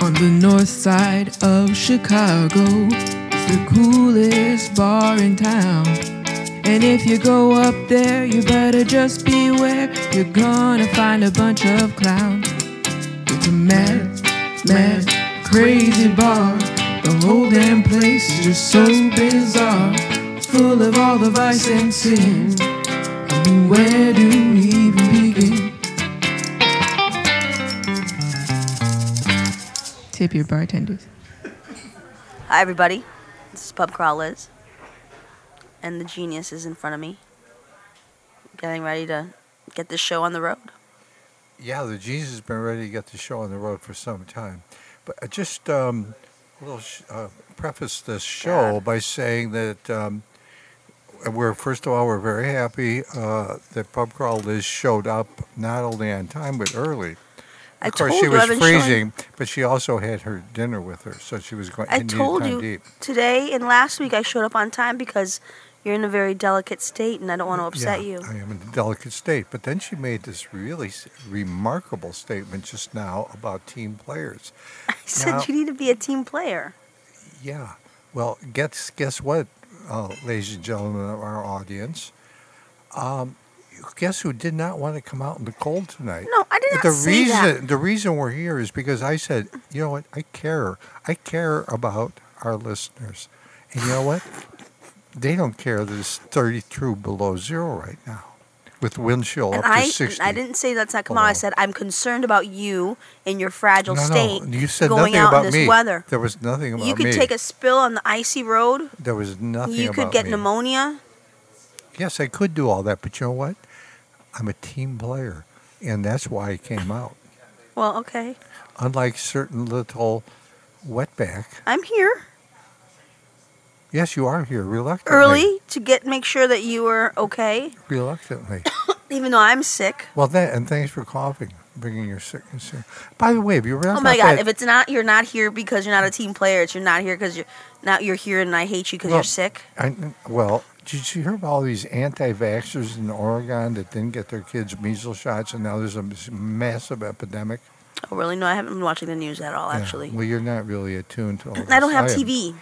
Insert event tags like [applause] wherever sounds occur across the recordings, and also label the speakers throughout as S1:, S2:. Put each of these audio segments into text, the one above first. S1: on the north side of Chicago. It's the coolest bar in town. And if you go up there, you better just beware. You're gonna find a bunch of clowns. It's a mad, mad, crazy bar. The whole damn place is just so bizarre. Full of all the vice and sin. I mean, where do we even begin? Tip your bartenders.
S2: Hi, everybody. This is Pub Crawl Liz. And the genius is in front of me, getting ready to get this show on the road.
S3: Yeah, the Jesus has been ready to get the show on the road for some time. But I just um, a little sh- uh, preface this show by saying that um, we're, first of all, we're very happy uh, that Pub Crawl Liz showed up not only on time but early.
S2: I
S3: of course,
S2: told
S3: she
S2: you
S3: was
S2: I've been showing-
S3: freezing, but she also had her dinner with her, so she was going.
S2: I
S3: it needed
S2: told
S3: time
S2: you
S3: to eat.
S2: today and last week I showed up on time because you're in a very delicate state and I don't want to upset you.
S3: Yeah, I am in a delicate state. But then she made this really s- remarkable statement just now about team players.
S2: [laughs] I said
S3: Now-
S2: you need to be a team player.
S3: Yeah. Well, guess guess what, uh, ladies and gentlemen of our audience. Um, guess who did not want to come out in the cold tonight?
S2: No, I did not
S3: the
S2: say
S3: reason
S2: that.
S3: the reason we're here is because I said, you know what, I care. I care about our listeners, and you know what, they don't care that it's thirty-two below zero right now, with wind chill
S2: And
S3: up
S2: I,
S3: to sixty.
S2: I didn't say let's not come out. I
S3: below.
S2: said I'm concerned about you in your fragile
S3: no,
S2: state.
S3: no, you said
S2: going
S3: nothing
S2: out
S3: about
S2: in this
S3: me.
S2: weather.
S3: There was nothing about
S2: You could
S3: me.
S2: take a spill on the icy road.
S3: there was nothing.
S2: You could
S3: about
S2: get
S3: me.
S2: pneumonia.
S3: yes, I could do all that, but you know what? I'm a team player, and that's why I came out.
S2: Well, okay.
S3: Unlike certain little wetback.
S2: I'm here
S3: Yes, you are here reluctantly.
S2: early to get make sure that you were okay,
S3: Reluctantly.
S2: even though I'm sick.
S3: Well, that and thanks for coughing, bringing your sickness here. By the way, have you read
S2: Oh
S3: about
S2: my god!
S3: that?
S2: If it's not, you're not here because you're not a team player. It's you're not here because you're not. You're here, and I hate you because
S3: Well-
S2: you're sick.
S3: I, well, did you hear about all these anti-vaxxers in Oregon that didn't get their kids measles shots, and now there's a s- massive epidemic?
S2: Oh, really? No, I haven't been watching the news at all.
S3: Yeah.
S2: Actually,
S3: Well, you're not really attuned to all
S2: I don't
S3: this.
S2: have
S3: am.
S2: TV.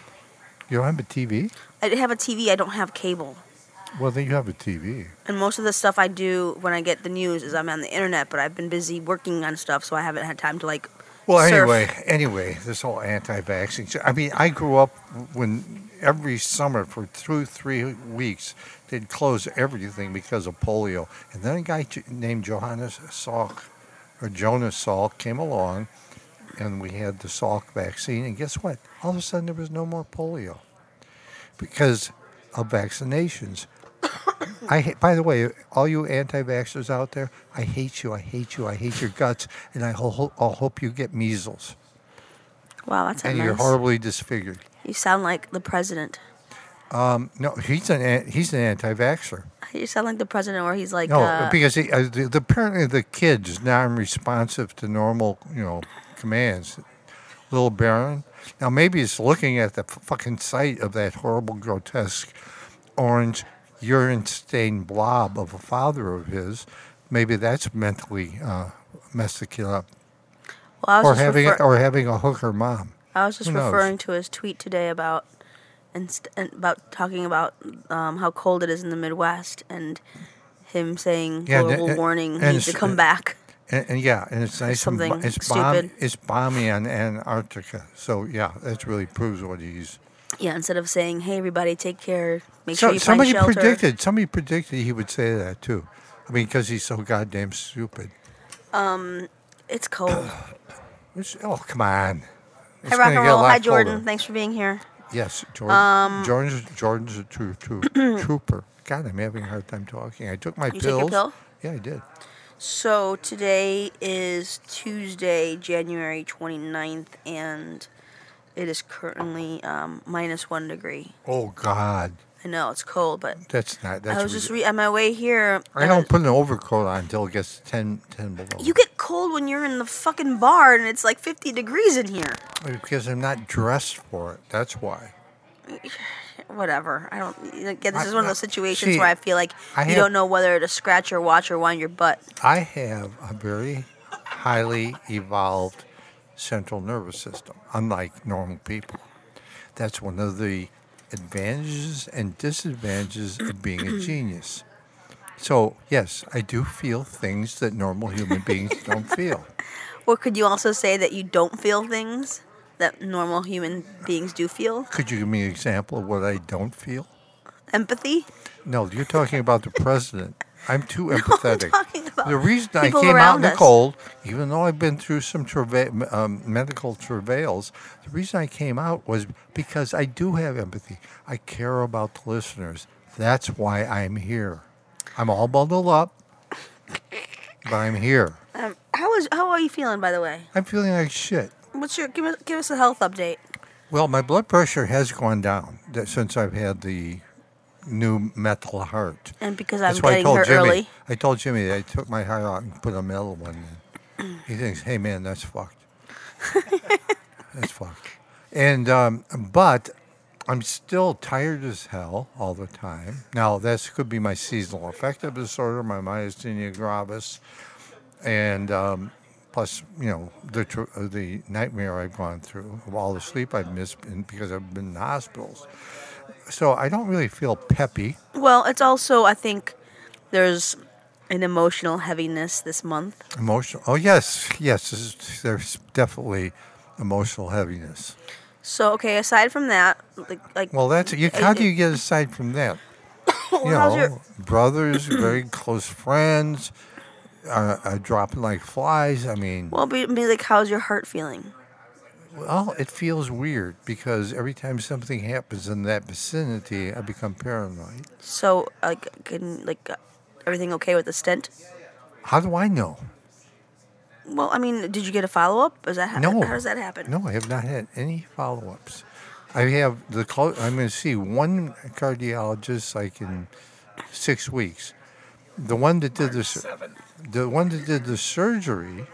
S3: You don't have a TV?
S2: I have a TV. I don't have cable.
S3: Well, then you have a TV.
S2: And most of the stuff I do when I get the news is I'm on the internet. But I've been busy working on stuff, so I haven't had time to like.
S3: Well,
S2: surf.
S3: anyway, anyway, this whole anti-vaccine. shit- I mean, I grew up when every summer for two, three weeks they'd close everything because of polio, and then a guy j- named Johannes Salk or Jonas Salk came along, and we had the Salk vaccine, and guess what? All of a sudden, there was no more polio because of vaccinations. I ha- by the way, all you anti-vaxxers out there, I hate you. I hate you. I hate your guts, and I ho- I'll hope you get measles
S2: Wow, that's not
S3: and
S2: nice.
S3: you're horribly disfigured.
S2: You sound like the president.
S3: No, he's an an- he's an anti-vaxxer.
S2: You sound like the president, where he's like,
S3: No,
S2: uh,
S3: because he, uh, the, the, apparently the kid's non-responsive to normal, you know, commands. Little Baron. Now maybe it's looking at the f- fucking sight of that horrible, grotesque, orange, urine-stained blob of a father of his. Maybe that's mentally uh, messed the kid up,
S2: well, I was
S3: or
S2: just
S3: having
S2: refer-
S3: or having a hooker mom.
S2: I was just
S3: Who knows?
S2: referring to his tweet today about and, st- and about talking about um, how cold it is in the Midwest and him saying
S3: Yeah, and-
S2: global
S3: and-
S2: warning
S3: and
S2: needs to
S3: it's-
S2: come back.
S3: And, and yeah, and it's nice. and,
S2: Something
S3: bo- it's bomb-
S2: stupid.
S3: It's balmy in Antarctica, so yeah, that really proves what he's.
S2: Yeah, instead of saying, "Hey, everybody, take care, make
S3: So,
S2: sure you find
S3: somebody
S2: shelter."
S3: predicted. Somebody predicted he would say that too. I mean, because he's so goddamn stupid.
S2: It's
S3: [clears throat]
S2: cold.
S3: It's- oh come on! It's
S2: Hi, rock
S3: gonna
S2: and
S3: get a
S2: roll.
S3: lot
S2: Hi, Jordan. Um,
S3: colder.
S2: Thanks for being here.
S3: Yes, Jordan. Jordan's Jordan's a true, true
S2: [clears throat]
S3: trooper. God, I'm having a hard time talking. I took my
S2: You
S3: pills.
S2: take your pill?
S3: Yeah, I did.
S2: So today is Tuesday, January 29th, and it is currently um, minus one degree.
S3: Oh God,
S2: I know it's cold, but
S3: that's not. That's
S2: I was just
S3: ridic-
S2: re- on my way here.
S3: I
S2: and
S3: don't put an overcoat on until it gets 10, 10 below.
S2: You get cold when you're in the fucking bar and it's like 50 degrees in here.
S3: because I'm not dressed for it. That's why.
S2: Whatever. I don't. Again, this
S3: I-
S2: is one of those
S3: I-
S2: situations
S3: see,
S2: where I feel like
S3: I
S2: you
S3: have-
S2: don't know whether to scratch your watch or wind your butt.
S3: I have a very highly evolved central nervous system, unlike normal people. That's one of the advantages and disadvantages of being a genius. So, yes, I do feel things that normal human beings don't feel.
S2: Or could you also say that you don't feel things that normal human beings do feel?
S3: Could you give me an example of what I don't feel?
S2: Empathy?
S3: No, you're talking about the president.
S2: [laughs]
S3: I'm too empathetic.
S2: talking about
S3: the reason I
S2: people
S3: came out in
S2: around
S3: the
S2: us.
S3: cold, even though I've been through some travail, um, medical travails, the reason I came out was because I do have empathy. I care about the listeners. That's why I'm here. I'm all bundled up, but I'm here.
S2: Um, how is how are you feeling by the way?
S3: I'm feeling like shit.
S2: What's your give us, give us a health update?
S3: Well, my blood pressure has gone down that- since I've had the new metal heart.
S2: And because I'm
S3: That's why I
S2: getting
S3: told
S2: her
S3: Jimmy.
S2: early.
S3: I told Jimmy that I took my heart out and put a metal one in. He thinks, "Hey man,
S2: [laughs]
S3: that's fucked. that's fucked." And um, but I'm still tired as hell all the time. Now this could be my seasonal affective disorder, my myasthenia gravis, and um, plus you know the tr- uh, the nightmare I've gone through, of all the sleep I've missed in- because I've been in hospitals. So I don't really feel peppy.
S2: Well, it's also I think there's an emotional heaviness this month.
S3: Emotional. Oh yes, yes. This is, there's definitely emotional heaviness.
S2: So okay, aside from that, like like
S3: Well, that's you.
S2: I-
S3: How do you get aside from that?
S2: well,
S3: You
S2: how's
S3: know,
S2: your [coughs]
S3: brothers, very close friends, are, are dropping like flies. I mean,
S2: well be, be like how's your heart feeling?
S3: well, it feels weird because every time something happens in that vicinity, I become paranoid.
S2: So like can like uh, everything okay with the stent?
S3: How do I know?
S2: Well, I mean, did you get a follow up? Is that how,
S3: No.
S2: how does that happen?
S3: No, I have not had any follow-ups. I have the clo- I'm going to see one cardiologist like in six weeks. The one that did the sur- the one that did the surgery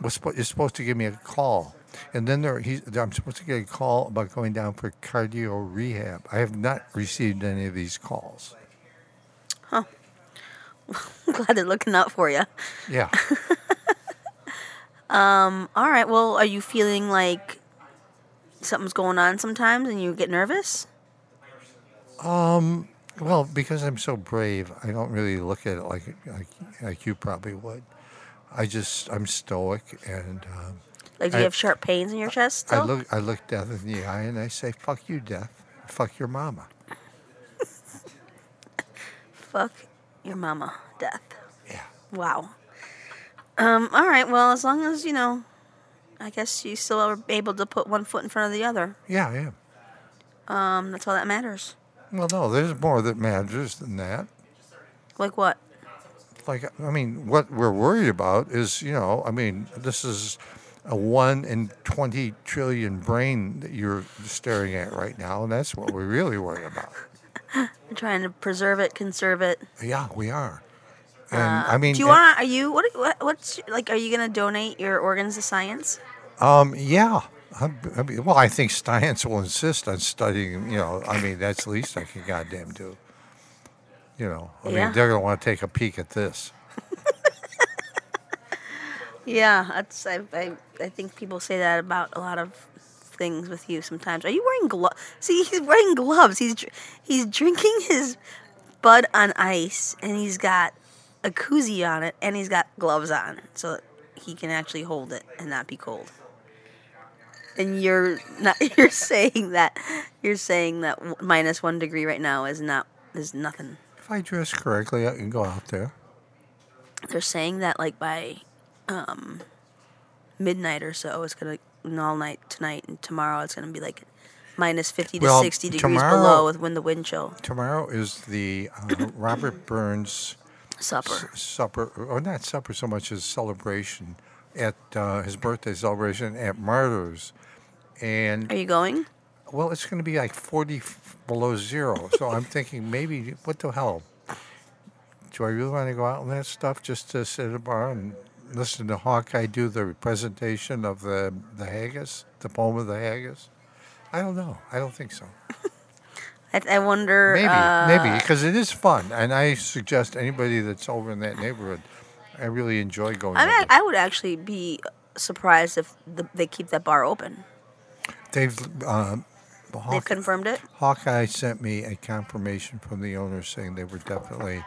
S3: was spo- is supposed to give me a call, and then there he's, I'm supposed to get a call about going down for cardio rehab. I have not received any of these calls.
S2: [laughs] I'm glad they're looking out for you.
S3: Yeah,
S2: All right. Well, are you feeling like something's going on sometimes and you get nervous?
S3: well, because I'm so brave, I don't really look at it like like, like you probably would. I just I'm stoic and. Um,
S2: Like, do you
S3: I-
S2: have sharp pains in your chest?
S3: I
S2: Still?
S3: look, I look death in the eye and I say, "Fuck you, death. Fuck your mama."
S2: Fuck your mama, death.
S3: Yeah.
S2: Wow. Um. All right. Well, as long as you know, I guess you still are able to put one foot in front of the other.
S3: Yeah, I am.
S2: Um. That's all that matters.
S3: Well, no, there's more that matters than that.
S2: Like what?
S3: Like, I mean, what we're worried about is, you know, I mean, this is a one in twenty trillion brain that you're staring at right now, and that's what we're really worried about.
S2: You're trying to preserve it, conserve it.
S3: Yeah, we are. And I mean,
S2: Uh, Do you want? to Are you? What? what- What's like? Are you gonna donate your organs to science?
S3: Um, yeah. I, I mean, well, I think science will insist on studying. You know, I mean, that's the least I can goddamn do. You know, I
S2: Yeah.
S3: mean, they're gonna want to take a peek at this.
S2: Yeah, that's I, I I think people say that about a lot of things with you sometimes. Are you wearing gloves? See, he's wearing gloves. He's dr- he's drinking his bud on ice, and he's got a koozie on it, and he's got gloves on, so that he can actually hold it and not be cold. And you're not [laughs] you're saying that you're saying that w- minus one degree right now is not is nothing.
S3: If I dress correctly, I can go out there.
S2: They're saying that like by um, midnight or so, it's gonna and all night tonight and tomorrow. It's gonna be like minus fifty to
S3: Well,
S2: sixty degrees
S3: tomorrow-
S2: below with wind the wind chill
S3: Tomorrow is the uh, Robert Burns
S2: supper.
S3: s- supper, or not supper so much as celebration at uh, his birthday celebration at Martyrs, and
S2: Are you going?
S3: Well, it's going to be like 40 f- below zero. So I'm thinking maybe, what the hell? Do I really want to go out and that stuff just to sit at a bar and listen to Hawkeye do the presentation of the, the haggis, the poem of the haggis? I don't know. I don't think so.
S2: I, I wonder.
S3: Maybe,
S2: uh,
S3: maybe, because it is fun. And I suggest anybody that's over in that neighborhood, I really enjoy going
S2: I mean,
S3: over.
S2: I would actually be
S3: They've uh, Hawk,
S2: They've confirmed it.
S3: Hawkeye sent me a confirmation from the owner saying they were definitely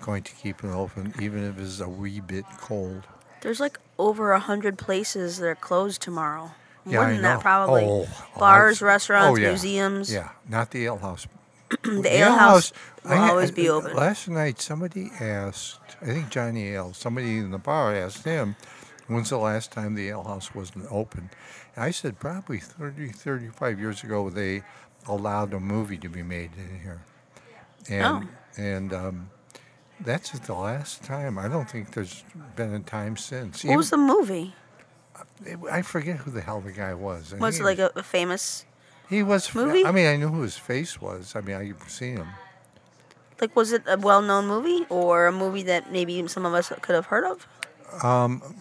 S3: going to keep it open, even if it's a wee bit cold.
S2: There's like over a hundred places that are closed tomorrow.
S3: Yeah,
S2: More
S3: I
S2: than
S3: know.
S2: that, probably.
S3: Oh,
S2: Bars,
S3: I-
S2: restaurants,
S3: oh, yeah.
S2: museums. [clears throat]
S3: Yeah, not the ale house.
S2: The ale house will
S3: I-
S2: always be open.
S3: Last night, somebody asked, I think Johnny Ale, somebody in the bar asked him, when's the last time the ale house wasn't open? And I said, probably 30, 35 years ago, they allowed a movie to be made in here. And,
S2: Oh.
S3: and um, that's the last time. I don't think there's been a time since.
S2: What was the movie?
S3: Even- I forget who the hell the guy was. And
S2: Was
S3: he
S2: it like a, a famous?
S3: He was. fr-
S2: movie?
S3: I mean, I knew who his face was. I mean, I've seen him.
S2: Like, was it a well-known movie or a movie that maybe some of us could have heard of?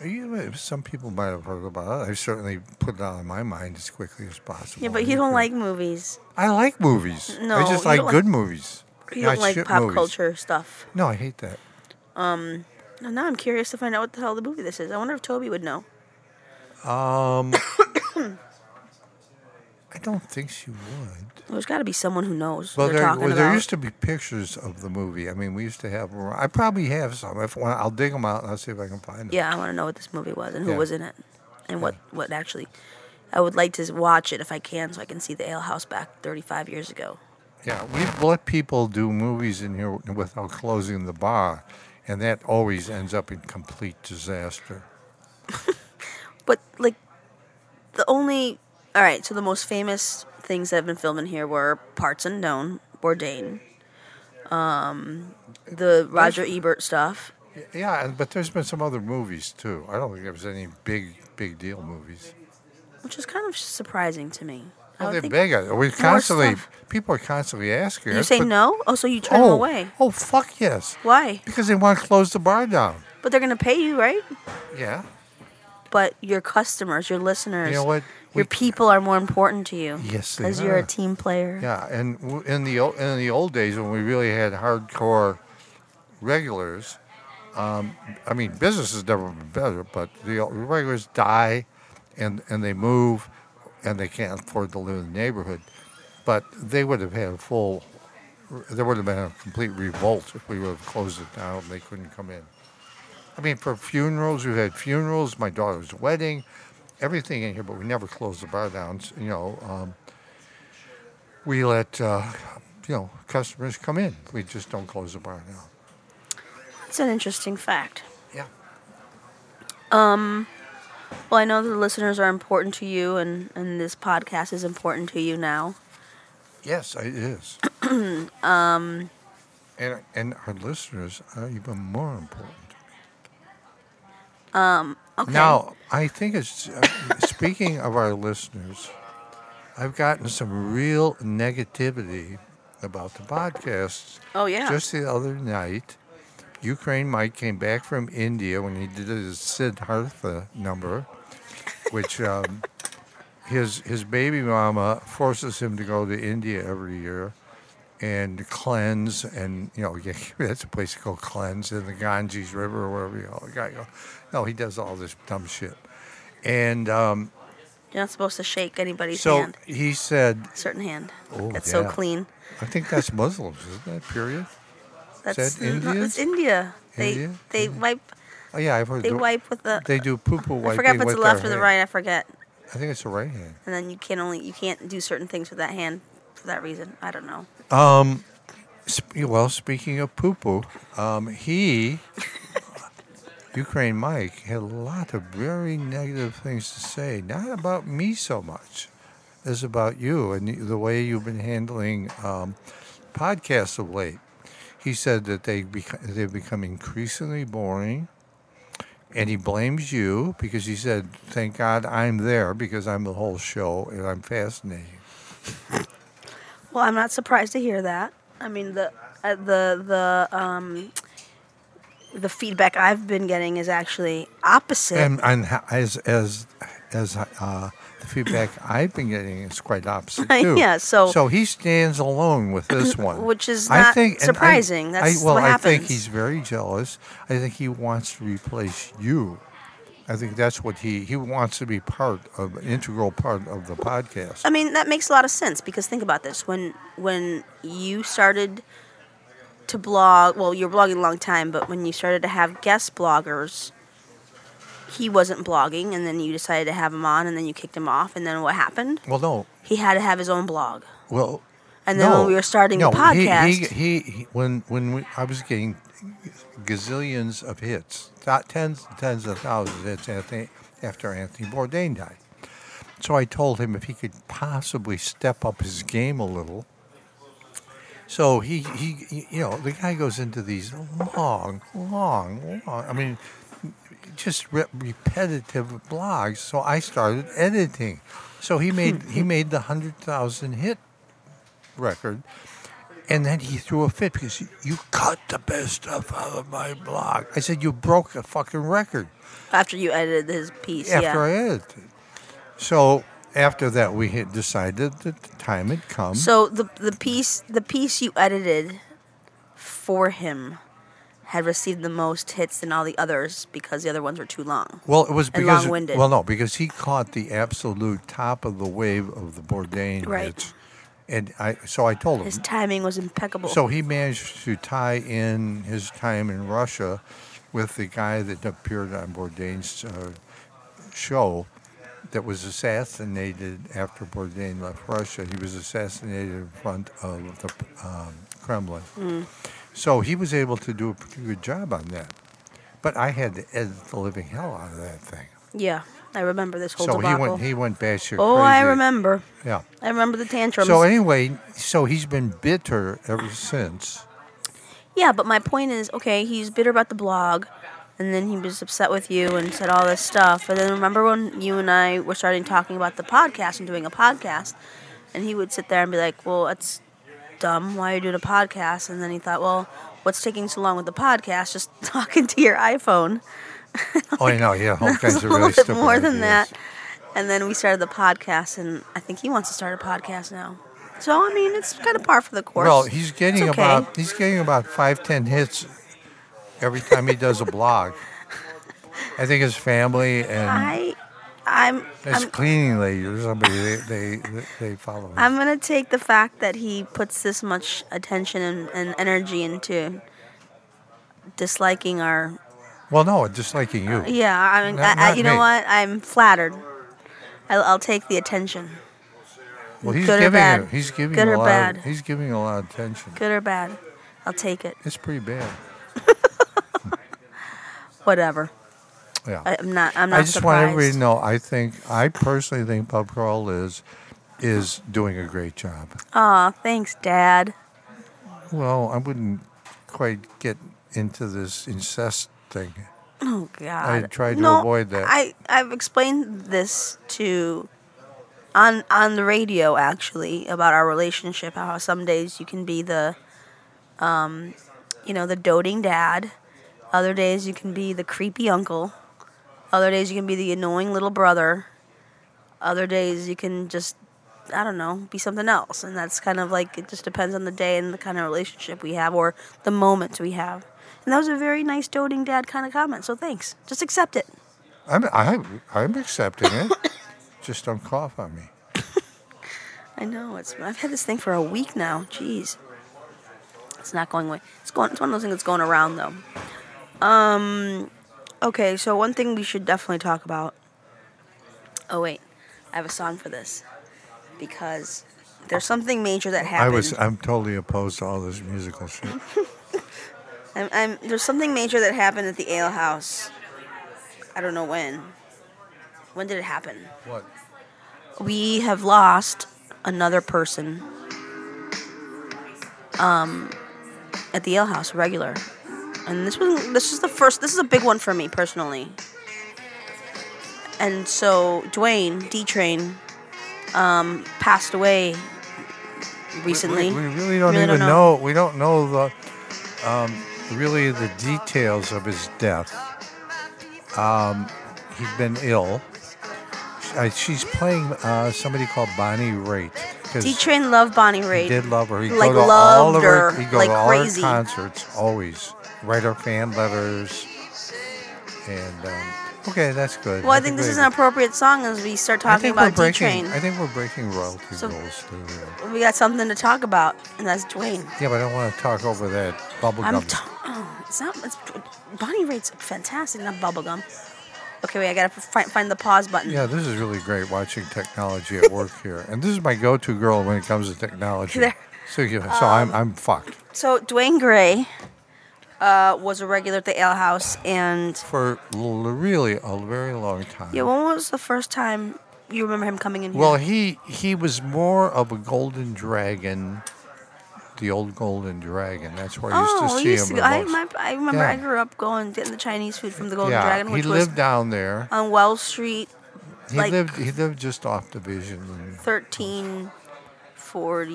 S3: You know, some people might have heard about it. I've certainly put it out of my mind as quickly as possible.
S2: Yeah, but you don't like movies.
S3: I like movies.
S2: No,
S3: I just
S2: you
S3: like
S2: don't like-
S3: good movies.
S2: You
S3: not
S2: don't like
S3: shit
S2: pop
S3: movies.
S2: culture stuff.
S3: No, I hate that.
S2: Now- Now I'm curious to find out what the hell the movie this is. I wonder if Toby would know.
S3: I don't think she would.
S2: There's got to be someone who knows.
S3: Well,
S2: what they're
S3: there,
S2: talking
S3: well, there
S2: about.
S3: used to be pictures of the movie. I mean, we used to have. them. I probably have some. If want, I'll dig them out and I'll see if I can find them.
S2: yeah, I want to know what this movie was and who
S3: Yeah.
S2: was in it, and what what actually. I would like to watch it if I can, so I can see the Ale House back 35 years ago.
S3: Yeah, we've let people do movies in here without closing the bar, and that always ends up in complete disaster.
S2: But like, the only all right. So the most famous things that have been filmed in here were Parts Unknown, Bourdain, um, the Roger Ebert stuff.
S3: Yeah, and- but there's been some other movies too. I don't think there was any big, big deal movies.
S2: which is kind of surprising to me. I
S3: Well,
S2: would
S3: they're
S2: think-
S3: big. uh, We constantly,
S2: stuff.
S3: people are constantly asking.
S2: You
S3: us,
S2: say
S3: but-
S2: no? Oh, so you turn
S3: Oh,
S2: them away?
S3: oh, fuck yes,
S2: Why?
S3: because they want to close the bar down.
S2: But they're gonna pay you, right?
S3: Yeah,
S2: But your customers, your listeners,
S3: You know what?
S2: your
S3: We-
S2: people are more important to you.
S3: Yes, they
S2: because you're a
S3: are.
S2: team player.
S3: yeah. And w- in the o- in the old days when we really had hardcore regulars, um, I mean, business has never been better, but the o- regulars die, and and they move, and they can't afford to live in the neighborhood. But they would have had a full there would have been a complete revolt if we would have closed it down and they couldn't come in. I mean, for funerals, we've had funerals, my daughter's wedding, everything in here, but we never closed the bar down. s- You know, um, we let, uh, you know, customers come in. We just don't close the bar down.
S2: It's an interesting fact.
S3: Yeah.
S2: Well, I know the listeners are important to you, and and this podcast is important to you now.
S3: Yes, Um. it [clears throat] is. um, and, and our listeners are even more important.
S2: Okay.
S3: Now, I think it's uh, speaking of our listeners, I've gotten some real negativity about the podcast.
S2: Oh, yeah.
S3: Just the other night, Ukraine Mike came back from India when he did his Siddhartha number, which
S2: [laughs]
S3: um, his his baby mama forces him to go to India every year and cleanse and you know [laughs] yeah, that's a place to go cleanse in the Ganges River or wherever you all gotta go. No, he does all this dumb shit, and um,
S2: You're not supposed to shake anybody's
S3: so
S2: hand,
S3: he said,
S2: certain hand.
S3: Oh,
S2: That's so
S3: yeah.
S2: clean.
S3: I think that's Muslims, isn't that period?
S2: That's
S3: that
S2: not-
S3: Indians?
S2: It's India. They
S3: India?
S2: they wipe.
S3: Oh yeah, I've heard
S2: They
S3: the-
S2: wipe with the.
S3: They do poo poo
S2: I
S3: wiping.
S2: forget if it's
S3: with
S2: the left
S3: their
S2: or the
S3: hand.
S2: right. I forget.
S3: I think it's the right hand.
S2: and then you can only you can't do certain things with that hand for that reason. I don't know.
S3: Sp- Well, speaking of poo poo, um, he, Ukraine Mike, had a lot of very negative things to say, not about me so much as about you and the- the way you've been handling um, podcasts of late. He said that they bec- they've become increasingly boring. And he blames you because he said, "Thank God I'm there because I'm the whole show and I'm fascinating."
S2: Well, I'm not surprised to hear that. I mean the uh, the the um the feedback I've been getting is actually opposite.
S3: and, and ho- as as as uh, the feedback I've been getting is
S2: [laughs]
S3: quite opposite too.
S2: Yeah, so-
S3: so he stands alone
S2: [clears throat]
S3: with this one,
S2: Which is
S3: I
S2: not
S3: think, and I-
S2: surprising. That's
S3: I, well,
S2: what
S3: I think
S2: happens.
S3: he's very jealous. I think he wants to replace you I think that's what he he wants to be part of, integral part of the podcast.
S2: I mean, that makes a lot of sense because think about this: when when you started to blog, well, you were blogging a long time, but when you started to have guest bloggers, he wasn't blogging, and then you decided to have him on, and then you kicked him off, and then what happened?
S3: Well, no,
S2: He had to have his own blog,
S3: well,
S2: and then
S3: no,
S2: when we were starting
S3: no,
S2: the
S3: he-
S2: podcast,
S3: He, he, he- when when we, I was getting gazillions of hits, th- tens tens of thousands of hits Anthony, after Anthony Bourdain died. So I told him if he could possibly step up his game a little. So he, he, you know, the guy goes into these long, long, long, I mean, just re- repetitive blogs. So I started editing. So he made
S2: [laughs]
S3: he made the hundred thousand hit record, and then he threw a fit because you cut the best stuff out of my blog. I said you broke a fucking record
S2: after you edited his piece,
S3: after
S2: yeah.
S3: I edited. So after that, we had decided that the time had come.
S2: So the the piece the piece you edited for him had received the most hits than all the others because the other ones were too long.
S3: Well, it was
S2: and
S3: because
S2: long-winded.
S3: well, no, because he caught the absolute top of the wave of the Bourdain
S2: Right.
S3: hits, and I so I told him
S2: His timing was impeccable.
S3: So he managed to tie in his time in Russia with the guy that appeared on Bourdain's uh, show that was assassinated after Bourdain left Russia. He was assassinated in front of the um, Kremlin.
S2: Mm.
S3: So he was able to do a pretty good job on that. But I had to edit the living hell out of that thing.
S2: yeah, I remember this whole
S3: so he
S2: debacle.
S3: went, he went batshit
S2: oh, I
S3: crazy.
S2: remember.
S3: Yeah.
S2: I remember the tantrums.
S3: So anyway, so he's been bitter ever since.
S2: yeah, but my point is, okay, he's bitter about the blog, and then he was upset with you and said all this stuff. And then remember when you and I were starting talking about the podcast and doing a podcast, and he would sit there and be like, "Well, that's dumb. Why are you doing a podcast?" And then he thought, "Well, what's taking so long with the podcast? Just [laughs] talking to your iPhone."
S3: Oh, I know, yeah,
S2: [laughs]
S3: all
S2: It was
S3: kinds
S2: a
S3: of really
S2: little bit
S3: stupid
S2: more than
S3: ideas.
S2: that. And then we started the podcast, and I think he wants to start a podcast now. So I mean, it's kind of par for the course.
S3: Well, he's getting
S2: It's okay.
S3: about he's getting about five ten hits every time he does a blog. I think his family and
S2: I, I'm,
S3: his
S2: I'm,
S3: cleaning lady or somebody they they, they follow him.
S2: I'm gonna take the fact that he puts this much attention and, and energy into disliking our.
S3: well, no, just liking you.
S2: Uh, Yeah, I mean,
S3: Not-
S2: I, I,
S3: not
S2: you know
S3: me.
S2: what? I'm flattered. I'll, I'll take the attention,
S3: well, he's
S2: good or
S3: giving
S2: bad.
S3: him- he's giving
S2: Good
S3: him
S2: or
S3: a lot.
S2: bad.
S3: Of, he's giving him a lot of attention.
S2: good or bad. I'll take it.
S3: It's pretty bad.
S2: Whatever.
S3: Yeah.
S2: I, I'm not. I'm Uh, not
S3: I just
S2: surprised.
S3: want everybody to know. I think I personally think Bob Carl is is doing a great job.
S2: Aw, thanks, Dad.
S3: Well, I wouldn't quite get into this incest thing.
S2: Oh God!
S3: tried to
S2: no,
S3: avoid that.
S2: I I've explained this to on on the radio actually about our relationship. How some days you can be the, um, you know, the doting dad. Other days you can be the creepy uncle. Other days you can be the annoying little brother. Other days you can just I don't know be something else, and that's kind of like it just depends on the day and the kind of relationship we have or the moments we have. And that was a very nice doting dad kind of comment. So thanks. Just accept it.
S3: I'm I'm, I'm accepting it. Just don't cough on me.
S2: I know it's. I've had this thing for a week now. Jeez, it's not going away. It's going. It's one of those things that's going around though. Um. Okay, so one thing we should definitely talk about. Oh wait, I have a song for this because there's something major that
S3: I
S2: happened.
S3: was I'm totally opposed to all this musical shit.
S2: I'm, I'm, there's something major that happened at the ale house. I don't know when. When did it happen?
S3: What?
S2: we have lost another person um, at the ale house regular and this was this is the first this is a big one for me personally and so dwayne d-train um, passed away recently
S3: We, we really don't
S2: Really
S3: even
S2: don't
S3: know. We don't know the um, really the details of his death. Um, he'd been ill. Uh, she's playing uh, somebody called Bonnie Raitt. 'cause
S2: d-train loved bonnie
S3: He
S2: raitt
S3: did love her. He'd
S2: Like,
S3: go to all of
S2: loved
S3: her,
S2: her
S3: he'd go
S2: like
S3: to all
S2: crazy.
S3: her concerts always. Write her fan letters, and um, Okay, that's good.
S2: Well, I think this
S3: we-
S2: is an appropriate song as we start
S3: I
S2: talking
S3: think we're
S2: about D Train.
S3: breaking. I think we're breaking royalty
S2: So-
S3: rules too. yeah.
S2: We got something to talk about, and that's Dwayne.
S3: Yeah, but I don't want to talk over that bubblegum.
S2: I'm. T- oh, it's not. It's, Bonnie Raitt's fantastic, not bubblegum. Okay, wait. I gotta find, find the pause button.
S3: Yeah, this is really great watching technology at work here. And this is my go to girl when it comes to technology.
S2: [laughs] There. Um,
S3: So, yeah, so I'm, I'm fucked.
S2: So Dwayne Gray uh, was a regular at the Ale House, and
S3: For l- really a very long time.
S2: yeah, when was the first time you remember him coming in? here?
S3: well, he, he was more of a golden dragon, the old golden dragon. That's where I used
S2: oh,
S3: to
S2: we
S3: see
S2: used
S3: him.
S2: to.
S3: the
S2: I,
S3: most.
S2: my, I remember
S3: Yeah.
S2: I grew up going getting the Chinese food from the Golden
S3: yeah,
S2: Dragon,
S3: he
S2: which was
S3: lived down there.
S2: on Wells Street,
S3: He
S2: like-
S3: lived he lived just off Division.
S2: 1340,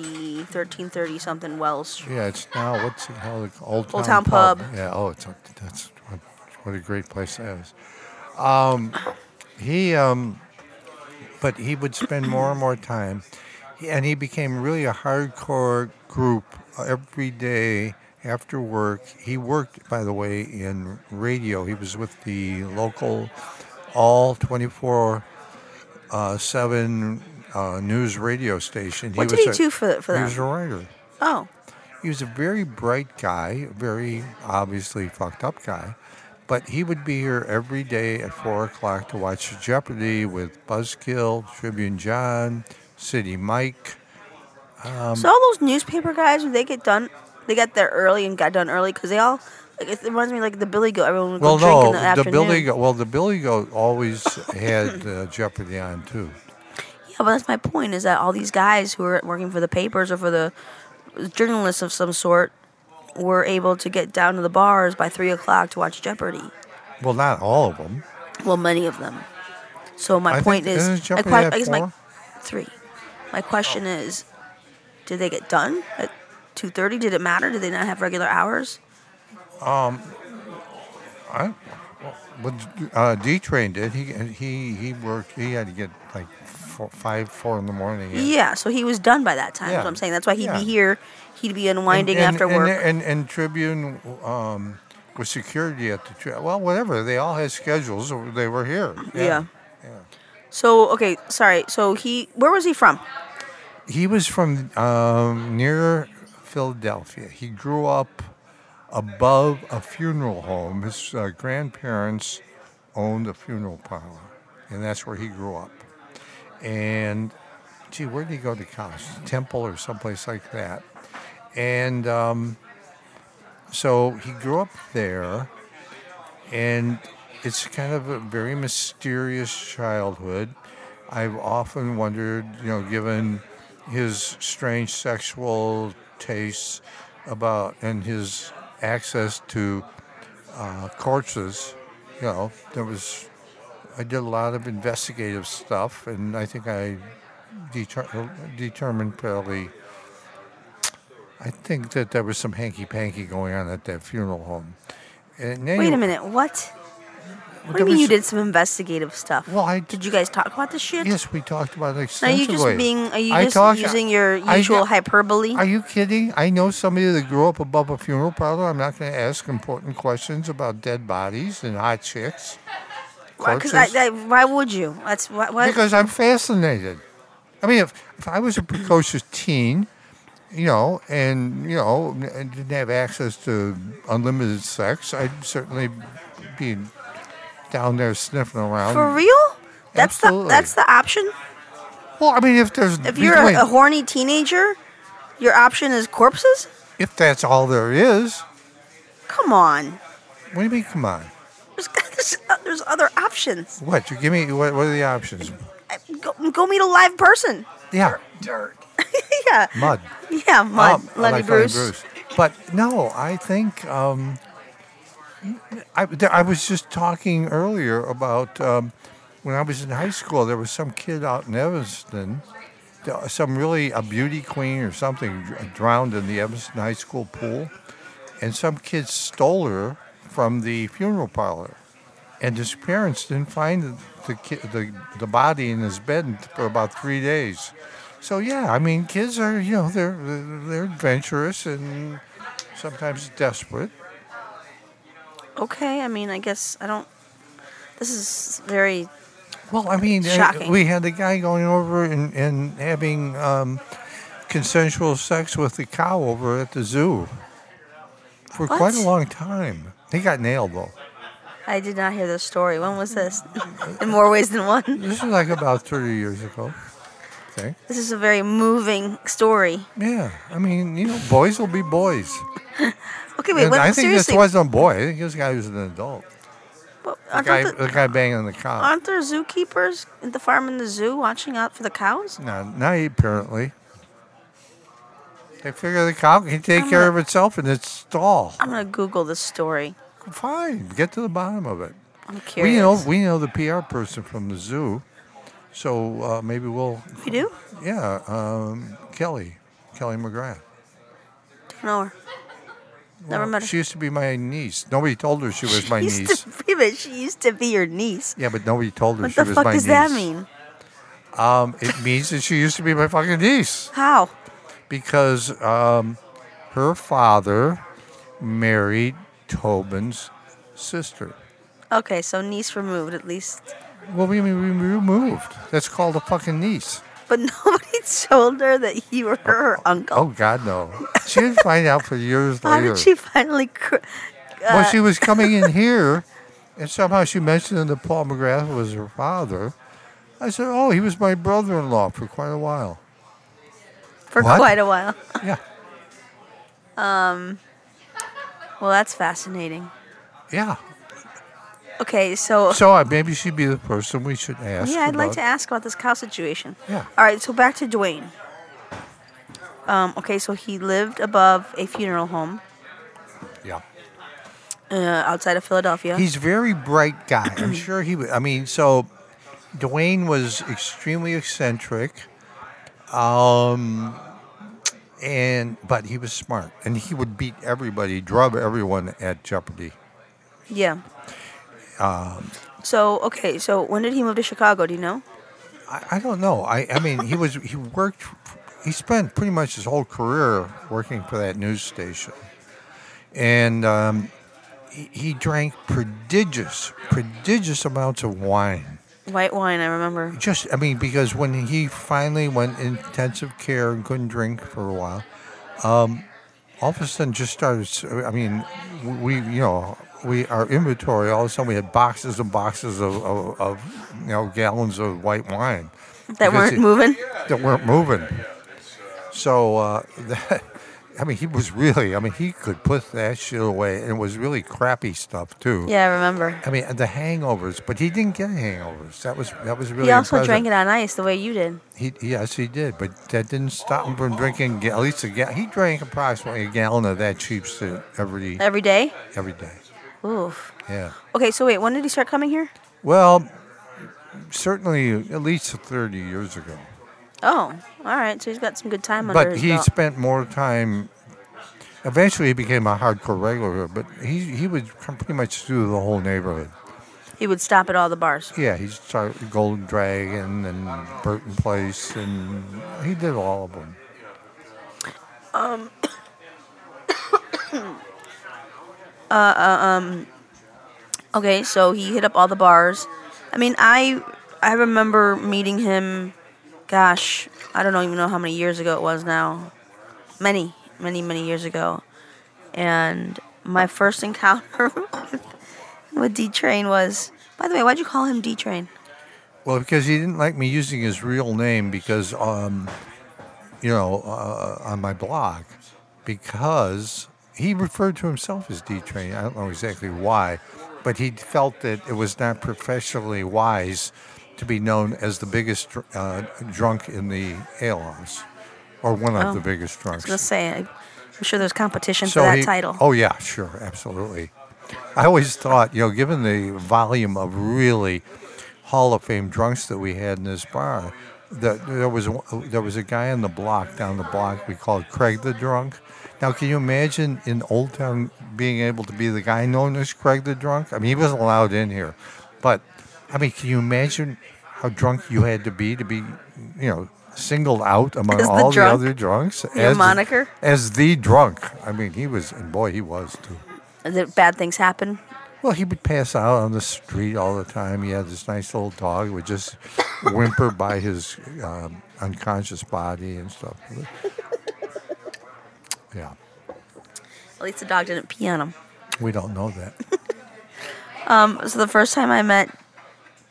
S2: 1330 something Wells Street.
S3: Yeah, it's now what's the hell it- Old Town,
S2: Old Town Pub.
S3: Yeah, oh, it's a, that's what, what a great place that is. Um, he, um, but he would spend more and more time, He- and he became really a hardcore group every day after work. He worked, by the way, in radio. He was with the local all twenty four uh, seven uh, news radio station.
S2: What did
S3: was
S2: he
S3: a-
S2: do for- for
S3: He was a
S2: them?
S3: writer
S2: Oh,
S3: he was a very bright guy, a very obviously fucked up guy, but he would be here every day at four o'clock to watch Jeopardy with Buzzkill, Tribune John, City Mike. um,
S2: so all those newspaper guys when they get done, they got there early and got done early because they all like it reminds me like the Billy Goat. Everyone would go
S3: Well,
S2: drink
S3: no,
S2: in the afternoon.
S3: Billy Goat. Well, the Billy Goat always had uh, Jeopardy on too.
S2: Yeah, but that's my point is that all these guys who are working for the papers or for the journalists of some sort were able to get down to the bars by three o'clock to watch Jeopardy.
S3: Well, not all of them.
S2: Well, many of them. So my
S3: I
S2: point
S3: think-
S2: is,
S3: isn't
S2: my
S3: Jeopardy
S2: que-
S3: at
S2: I guess my
S3: four?
S2: three. My question is, did they get done at two thirty? Did it matter? Did they not have regular hours?
S3: I, well, uh, D Train did. He he he worked. He had to get like four, five, four in the morning.
S2: Yeah. so he was done by that time. Is
S3: Yeah.
S2: what I'm saying. That's why he'd
S3: Yeah.
S2: be here. He'd be unwinding
S3: and,
S2: after
S3: and,
S2: work.
S3: And, and, and Tribune um, was security at the tri- well, whatever. They all had schedules. or They were here.
S2: yeah. So okay, sorry. So he, where was he from?
S3: He was from um, near Philadelphia. He grew up above a funeral home. His uh, grandparents owned a funeral parlor, and that's where he grew up. And gee, where did he go to college? Temple or someplace like that. And um, so he grew up there, and it's kind of a very mysterious childhood. I've often wondered, you know, given his strange sexual tastes about and his access to uh, corpses, you know, there was. I did a lot of investigative stuff, and I think I deter- determined fairly. I think that there was some hanky panky going on at that funeral home. And
S2: Wait
S3: anyway-
S2: a minute. What? What do
S3: there
S2: you mean
S3: was-
S2: you did some investigative stuff?
S3: Well, I
S2: did you guys talk about this shit?
S3: Yes, we talked about it
S2: Now you
S3: extensively.
S2: just being are you
S3: I
S2: just
S3: talked-
S2: using your
S3: I-
S2: usual hyperbole?
S3: Are you kidding? I know somebody that grew up above a funeral parlor. I'm not going to ask important questions about dead bodies and
S2: [laughs]
S3: hot chicks.
S2: Why- 'cause
S3: corpses.
S2: I, I, why would you? That's why. why
S3: Because I'm fascinated. I mean, if, if I was a precocious teen, you know, and, you know, and didn't have access to unlimited sex, I'd certainly be down there sniffing around.
S2: for real? That's
S3: um, Absolutely.
S2: the that's the option.
S3: Well, I mean, if there's.
S2: If you're
S3: between-
S2: a, a horny teenager, your option is corpses.
S3: if that's all there is,
S2: Come on,
S3: what do you mean, come on?
S2: there's [laughs] there's, uh, there's other options.
S3: What? You give me what, what are the options?
S2: I- Go, go meet a live person. [laughs]
S3: Yeah,
S2: yeah,
S3: mud.
S2: yeah, my
S3: Um, I
S2: Lenny
S3: like
S2: Bruce.
S3: But no, I think um, I, there- I was just talking earlier about um, when I was in high school. There was some kid out in Evanston, th- some really a beauty queen or something, dr- drowned in the Evanston High School pool, and some kid stole her from the funeral parlor. And his parents didn't find the the, ki- the the body in his bed for about three days. So yeah, I mean, kids are you know they're they're adventurous and sometimes desperate.
S2: Okay, I mean, I guess I don't. This is very
S3: Well, I mean, uh,
S2: Shocking.
S3: we had the guy going over and, and having um, consensual sex with the cow over at the zoo for
S2: What?
S3: quite a long time. He got nailed though.
S2: I did not hear this story. When was this? [laughs] In more ways than one.
S3: This is like about 30 years ago. Okay.
S2: This is a very moving story.
S3: Yeah. I mean, you know, boys will be boys.
S2: Okay, wait.
S3: And
S2: What,
S3: I think
S2: seriously,
S3: this wasn't a boy. I think this guy was an adult.
S2: what-
S3: The
S2: aren't,
S3: guy,
S2: there,
S3: the guy banging the cow.
S2: aren't there zookeepers at the farm and the zoo watching out for the cows?
S3: No, not he, apparently. They figure the cow can take
S2: I'm
S3: care
S2: not-
S3: of itself in its stall.
S2: I'm gonna Google this story.
S3: Fine, get to the bottom of it.
S2: I'm curious.
S3: We know we know the PR person from the zoo, so uh, maybe we'll
S2: You do?
S3: yeah um, Kelly Kelly McGrath.
S2: Don't know her. Never met her.
S3: She used to be my niece. Nobody told her
S2: [laughs]
S3: she was my
S2: used
S3: niece.
S2: To be, but she used to be your niece.
S3: Yeah, but nobody told her
S2: What
S3: she
S2: the
S3: was
S2: fuck
S3: my
S2: does
S3: niece.
S2: that mean?
S3: Um, it means that she used to be my fucking niece
S2: How?
S3: because um, her father married Tobin's sister.
S2: Okay, so niece removed at least.
S3: Well, we we removed. That's called a fucking niece.
S2: But [laughs] nobody told her that you were her uncle.
S3: Oh God, no!
S2: [laughs]
S3: She didn't find out for years
S2: How
S3: later.
S2: did she uh, finally? Cr-
S3: well, she was
S2: [laughs]
S3: coming in here, and somehow she mentioned that Paul McGrath was her father. I said, "Oh, he was my brother-in-law for quite
S2: [laughs]
S3: a while."
S2: for
S3: What?
S2: quite a while. [laughs]
S3: Yeah,
S2: Well, that's fascinating.
S3: yeah.
S2: Okay, so,
S3: So uh, maybe she'd be the person we should ask.
S2: yeah, I'd like to
S3: about-
S2: ask about this cow situation.
S3: Yeah.
S2: All right, so back to Dwayne. Um, okay, so he lived above a funeral home
S3: Yeah.
S2: uh, outside of Philadelphia.
S3: He's a very bright guy. I'm sure he would. I mean, so Dwayne was extremely eccentric, um, and but he was smart, and he would beat everybody, drub everyone at Jeopardy.
S2: yeah. Um,
S3: Um,
S2: so okay, so when did he move to Chicago? Do you know?
S3: I, I don't know. I, I mean, he was he worked. He spent pretty much his whole career working for that news station, and um, he, he drank prodigious, prodigious amounts of wine.
S2: White wine, I remember.
S3: Just, I mean, because when he finally went in intensive care and couldn't drink for a while, um, all of a sudden just started. s- I mean, we, you know, we our inventory. All of a sudden, we had boxes and boxes of, of, of you know, gallons of white wine
S2: That
S3: Because
S2: weren't [laughs]
S3: it-
S2: moving.
S3: that weren't moving. So, uh, [laughs] that, I mean, he was really. I mean, he could put that shit away, and it was really crappy stuff too.
S2: Yeah, I remember.
S3: I mean, the hangovers, but he didn't get hangovers. That was that was really.
S2: he also
S3: impressive.
S2: drank it on ice the way you did.
S3: He, yes, he did, but that didn't stop him from drinking ga- at least a gallon. He drank approximately a gallon of that cheap shit every
S2: Every day?
S3: every day.
S2: Oof.
S3: Yeah.
S2: Okay, so wait, when did he start coming here?
S3: Well, certainly at least thirty years ago,
S2: Oh, all right. So he's got some good time under
S3: but
S2: his
S3: he
S2: belt.
S3: spent more time. Eventually, he became a hardcore regular, here, but he he would come pretty much through the whole neighborhood.
S2: He would stop at all the bars.
S3: Yeah, he started Golden Dragon and Burton Place, and he did all of them.
S2: Okay, so he hit up all the bars. I mean, I I remember meeting him. Gosh, I don't even know how many years ago it was now. Many, many, many years ago. And my first [laughs] encounter with, with D Train was. By the way, why'd you call him D Train?
S3: Well, because he didn't like me using his real name because, um, you know, uh, on my blog, because he referred to himself as D Train. I don't know exactly why, but he felt that it was not professionally wise to be known as the biggest dr- uh, drunk in the ale house, or one of the
S2: I
S3: biggest
S2: was
S3: drunks.
S2: gonna say, I- I'm sure there's competition
S3: So
S2: for that
S3: he-
S2: title.
S3: Oh yeah, sure, absolutely. I always thought, you know, given the volume of really Hall of Fame drunks that we had in this bar, that there was there was a guy on the block down the block we called Craig the Drunk. Now, can you imagine in Old Town being able to be the guy known as Craig the Drunk? I mean, he wasn't allowed in here, but I mean, can you imagine how drunk you had to be to be, you know, singled out among
S2: As the
S3: all
S2: drunk?
S3: the other drunks?
S2: Your moniker?
S3: as the drunk. I mean, he was, and boy, he was too.
S2: That bad things happen.
S3: Well, he would pass out on the street all the time. He had this nice little dog who would just whimper by his um, unconscious body and stuff. [laughs] Yeah,
S2: At least the dog didn't pee on him.
S3: we don't know that.
S2: Um, so the first time I met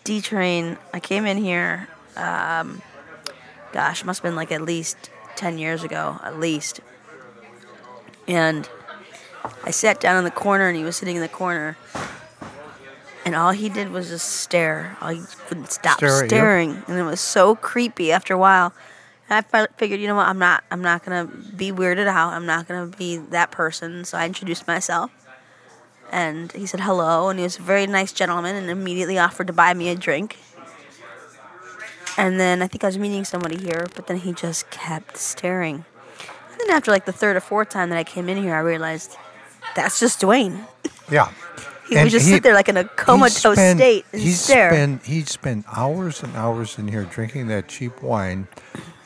S2: D Train, I came in here. Um, gosh, must have been like at least ten years ago, at least. And I sat down in the corner, and he was sitting in the corner. And all he did was just stare. All he wouldn't stop
S3: Stare at you?
S2: staring, and it was so creepy. After a while, and I fi- figured, you know what? I'm not. I'm not gonna be weirded out. I'm not gonna be that person. So I introduced myself and he said hello and he was a very nice gentleman and immediately offered to buy me a drink and then i think i was meeting somebody here but then he just kept staring and then after like the third or fourth time that i came in here i realized that's just dwayne
S3: Yeah.
S2: [laughs] he would just sit there like in a comatose state and
S3: he'd
S2: stare
S3: Spend, he'd spend hours and hours in here drinking that cheap wine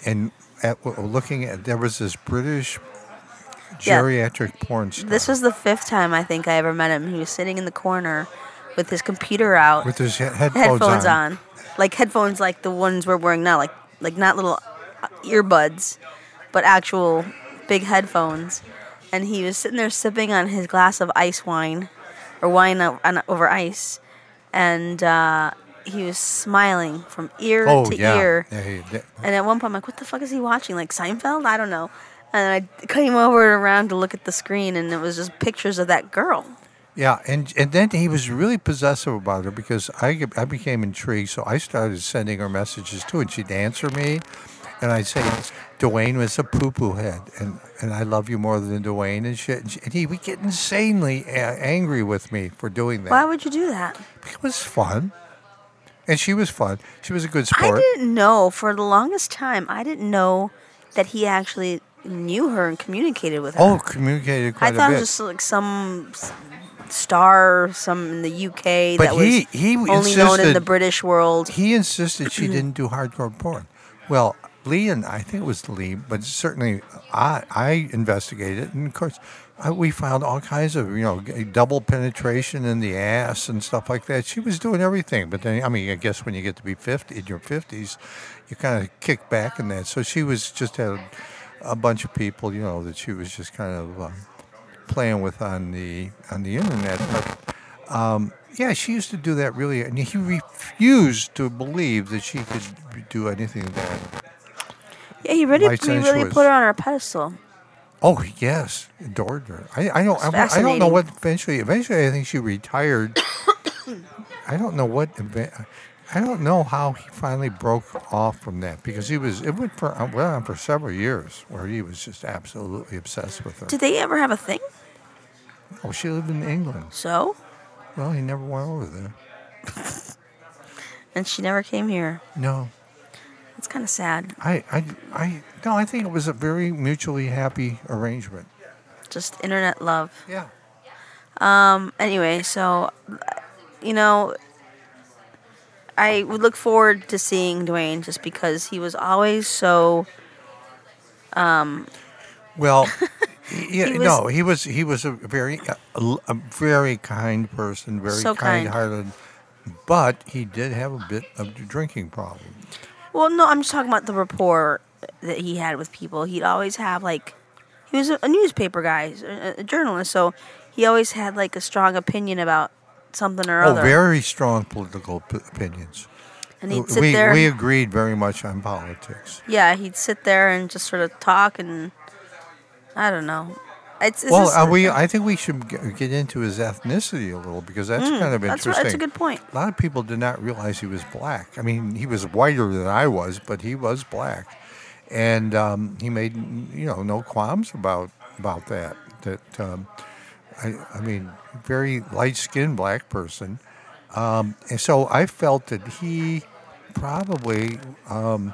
S3: and at, looking at, there was this British
S2: Yeah.
S3: geriatric porn star
S2: this was the fifth time i think i ever met him he was sitting in the corner with his computer out
S3: with his he- headphones,
S2: headphones on. like headphones like the ones we're wearing now, like like not little uh, earbuds, but actual big headphones. And he was sitting there sipping on his glass of ice wine, or wine o- on, over ice, and uh, he was smiling from ear
S3: Oh,
S2: to
S3: yeah.
S2: ear.
S3: Yeah, he- that-
S2: And at one point, I'm like, what the fuck is he watching? Like Seinfeld? I don't know. And I came over around to look at the screen, and it was just pictures of that girl.
S3: Yeah, and and then he was really possessive about her because I ge- I became intrigued, so I started sending her messages too, and she'd answer me, and I'd say, "Dwayne was a poo poo head, and and I love you more than Dwayne and shit," and, she, and he would get insanely a- angry with me for doing that.
S2: Why would you do that?
S3: it was fun, and she was fun. She was a good
S2: I
S3: sport.
S2: didn't know for the longest time. I didn't know that he actually knew her and communicated with her.
S3: Oh, communicated
S2: I
S3: quite
S2: thought it
S3: a bit.
S2: was just like some s- star, some in the UK that
S3: But
S2: was
S3: he- he
S2: only known in
S3: insisted-
S2: the British world.
S3: he insisted she didn't do hardcore porn. Well, Lee and I think it was Lee, but certainly I, I investigated, it, and of course, I, we found all kinds of you know g- double penetration in the ass and stuff like that. She was doing everything, but then I mean, I guess when you get to be fifty in your fifties, you kind of kick back in that. So she was just had a, a bunch of people, you know, that she was just kind of um, playing with on the on the internet, but. Yeah, she used to do that really, and he refused to believe that she could do anything that.
S2: yeah, he really,
S3: my
S2: he really
S3: sensuous.
S2: put her on her pedestal.
S3: Oh yes, adored her. I, I don't. I, I don't know
S2: fascinating.
S3: what. Eventually, eventually, I think she retired. [coughs] I don't know what. event- I don't know how he finally broke off from that because he was. It went for uh, went on for several years where he was just absolutely obsessed with her.
S2: Did they ever have a thing?
S3: oh, she lived in England.
S2: So,
S3: Well, he never went over there.
S2: and she never came here.
S3: No,
S2: It's kind of sad.
S3: I, I, I. No, I think it was a very mutually happy arrangement.
S2: Just internet love.
S3: Yeah.
S2: Um, anyway, so you know, I would look forward to seeing Dwayne just because he was always so [laughs]
S3: Well, y- yeah,
S2: He was-
S3: no, he was he was a very a, a very kind person, very
S2: So kind.
S3: kind-hearted, but he did have a bit of a drinking problem.
S2: well. No, I'm just talking about the rapport that he had with people. He'd always have like he was a, a newspaper guy, a, a journalist, so he always had like a strong opinion about something or
S3: Oh,
S2: other.
S3: very strong political p- opinions.
S2: and he'd sit
S3: We
S2: there.
S3: we agreed very much on politics.
S2: yeah, he'd sit there and just sort of talk and I don't know. It's, it's
S3: well,
S2: just-
S3: are we? I think we should g- get into his ethnicity a little because that's kind of
S2: Hmm, that's,
S3: interesting.
S2: that's a good point.
S3: A lot of people did not realize he was black. I mean, he was whiter than I was, but he was black, and um, he made you know no qualms about about that. That um, I, I mean, very light-skinned black person, um, and so I felt that he probably um,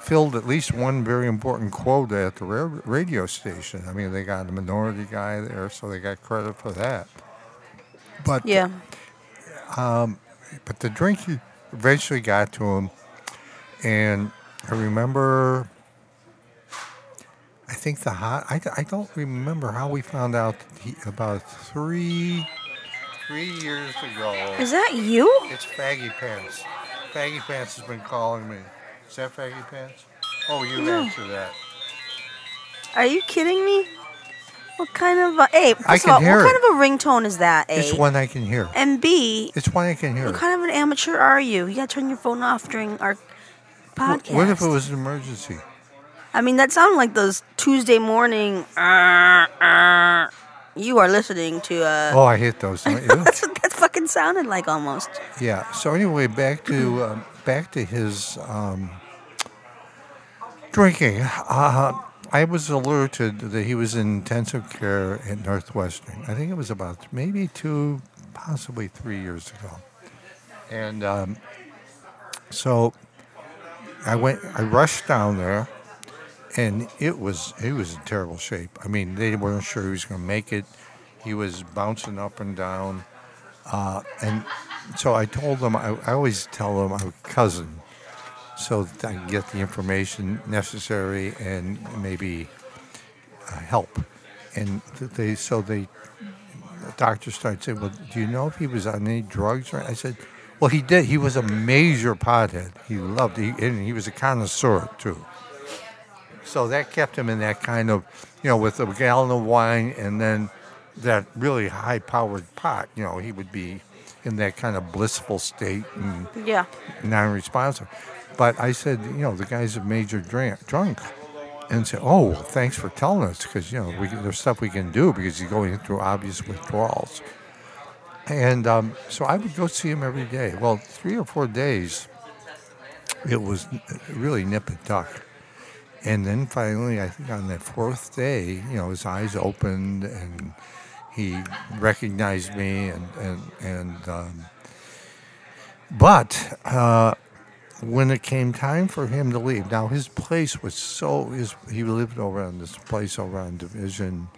S3: filled at least one very important quota at the ra- radio station. I mean, they got a minority guy there, so they got credit for that. But uh,
S2: Yeah.
S3: but the drink he eventually got to him, and I remember. I think the hot. I, I don't remember how we found out that he, about three three years ago.
S2: Is that you?
S3: It's Faggy Pants. Faggy Pants has been calling me. Is that Faggy Pants? Oh, you
S2: No.
S3: answer that.
S2: Are you kidding me? What kind of a A?
S3: I
S2: First
S3: can
S2: of all,
S3: hear
S2: what
S3: it.
S2: kind of a ringtone is that? A
S3: It's one I can hear.
S2: and B.
S3: It's one I can hear.
S2: What kind of an amateur are you? You gotta turn your phone off during our podcast.
S3: What if it was an emergency?
S2: I mean, that sounded like those Tuesday morning. Uh, uh, you are listening to. Uh,
S3: Oh, I hit those. don't you?
S2: [laughs] That's what that fucking sounded like almost.
S3: Yeah. So anyway, back to um, back to his um, drinking. Uh, I was alerted that he was in intensive care at Northwestern. I think it was about maybe two, possibly three years ago, and um, so I went. I rushed down there, and it was he was in terrible shape. I mean, they weren't sure he was going to make it. He was bouncing up and down. And so I told them, I, I always tell them I'm a cousin so that I can get the information necessary and maybe uh, help. And th- they, so they, the doctor started saying, well, do you know if he was on any drugs? Or I said, well, he did. He was a major pothead. He loved it. He, and he was a connoisseur too. So that kept him in that kind of, you know, with a gallon of wine and then that really high powered pot, you know, he would be in that kind of blissful state and
S2: Yeah.
S3: non responsive. But I said, you know, the guy's a major drink, drunk. And said, oh, well, thanks for telling us because, you know, we, there's stuff we can do because he's going through obvious withdrawals. And um, so I would go see him every day. Well, three or four days, it was n- really nip and tuck. And then finally, I think on that fourth day, you know, his eyes opened and he recognized me. And, and, and um, but uh, when it came time for him to leave, now his place was so, his, he lived over on this place over on Division.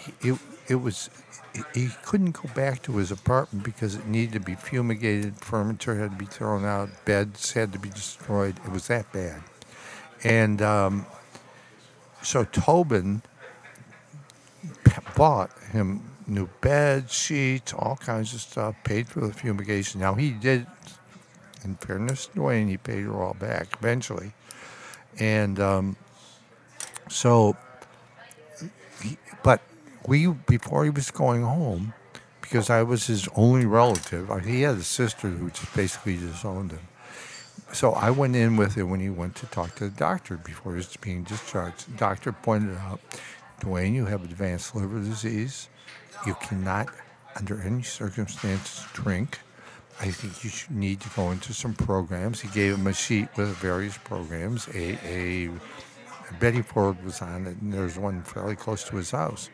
S3: Um, it, it was, he he couldn't go back to his apartment because it needed to be fumigated, furniture had to be thrown out, beds had to be destroyed. It was that bad. And um, so Tobin p- bought him new bed sheets, all kinds of stuff, paid for the fumigation. Now he did, in fairness to Dwayne, he paid her all back eventually, and um, so. He, but we before he was going home, because I was his only relative. uh, He had a sister who just basically disowned him. So I went in with him when he went to talk to the doctor before he was being discharged. The doctor pointed out, Dwayne, you have advanced liver disease. You cannot, under any circumstances, drink. I think you should need to go into some programs. He gave him a sheet with various programs. AA, Betty Ford was on it, and there's one fairly close to his house.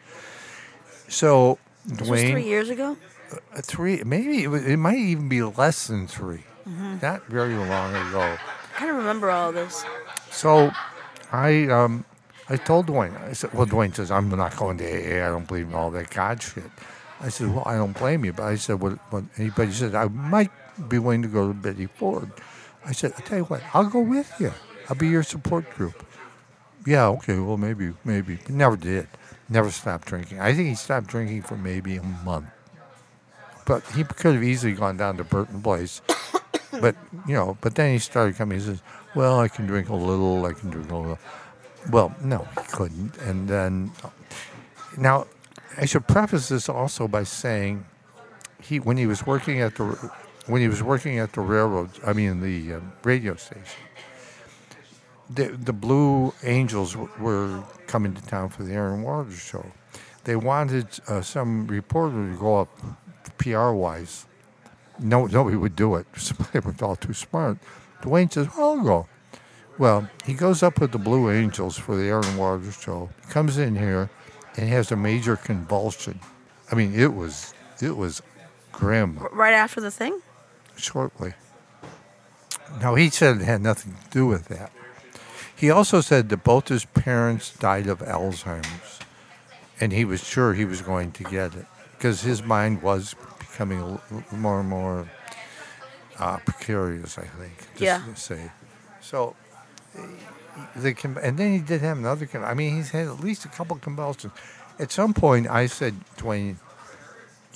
S3: So
S2: This was
S3: Dwayne,
S2: three years ago.
S3: uh, three, maybe it, was, it might even be less than 3
S2: Mm-hmm.
S3: Not very long ago.
S2: I kind of remember all this.
S3: So I um, I told Dwayne, I said, well, Dwayne says, I'm not going to AA. I don't believe in all that God shit. I said, well, I don't blame you. But I said, what, what, but he said, I might be willing to go to Betty Ford. I said, I'll tell you what, I'll go with you. I'll be your support group. Yeah, okay, well, maybe, maybe. Never did. Never stopped drinking. I think he stopped drinking for maybe a month. But he could have easily gone down to Burton Place but you know, but then he started coming. He says, "Well, I can drink a little. I can drink a little." Well, no, he couldn't. And then, now, I should preface this also by saying, he when he was working at the when he was working at the railroad, I mean the uh, radio station, the the Blue Angels w- were coming to town for the Aaron Waters show. They wanted uh, some reporter to go up, PR wise, no, nobody would do it. [laughs] They were all too smart. Dwayne says, well, I'll go. Well, he goes up with the Blue Angels for the Aaron Waters show, comes in here, and has a major convulsion. I mean, it was it was grim
S2: Right after the thing.
S3: shortly. Now, he said it had nothing to do with that. He also said that both his parents died of Alzheimer's, and he was sure he was going to get it because his mind was becoming a l- more and more uh, precarious, I think, just
S2: Yeah.
S3: to say. So, eh, the con- and then he did have another con- I mean, he's had at least a couple convulsions. At some point, I said, Dwayne,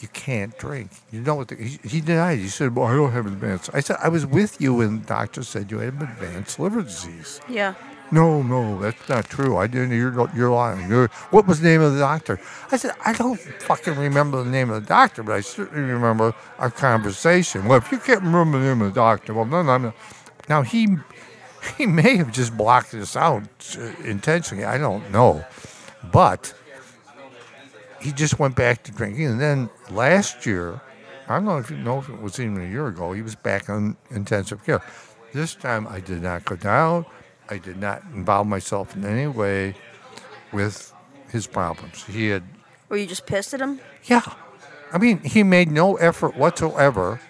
S3: you can't drink. You know what? The, he, he denied. it. He said, "Well, I don't have advanced." I said, "I was with you when the doctor said you had advanced liver disease."
S2: Yeah.
S3: No, no, that's not true. I didn't. You're not- you're lying. You're, what was the name of the doctor? I said I don't fucking remember the name of the doctor, but I certainly remember our conversation. Well, if you can't remember the name of the doctor, well, then I'm. not- Now he he may have just blocked this out uh, intentionally. I don't know, but he just went back to drinking. And then last year, I don't know if you know if it was even a year ago, he was back on intensive care. This time I did not go down. I did not involve myself in any way with his problems. He had,
S2: Were you just pissed at him?
S3: yeah. I mean, he made no effort whatsoever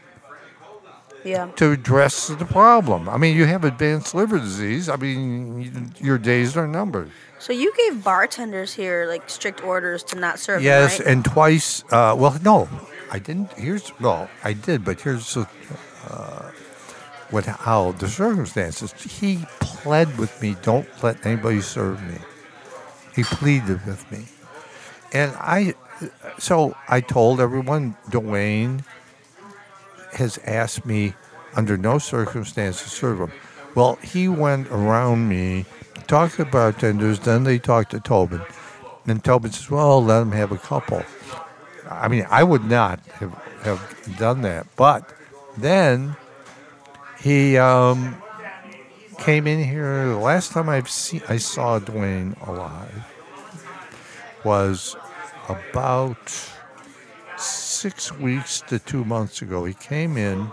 S2: Yeah.
S3: to address the problem. I mean, you have advanced liver disease. I mean, you, your days are numbered.
S2: So you gave bartenders here like strict orders to not serve. them,
S3: Yes,
S2: right?
S3: and twice. Uh, well, no, I didn't. Here's well, I did, but here's the, uh, what how the circumstances. He pled with me, don't let anybody serve me. He pleaded with me, and I. So I told everyone, Dwayne has asked me under no circumstances to serve him. Well, he went around me, talked to bartenders, then they talked to Tobin. And Tobin says, Well, let him have a couple. I mean, I would not have, have done that. But then he um, came in here. The last time I've seen, I saw Dwayne alive was about six weeks to two months ago. He came in.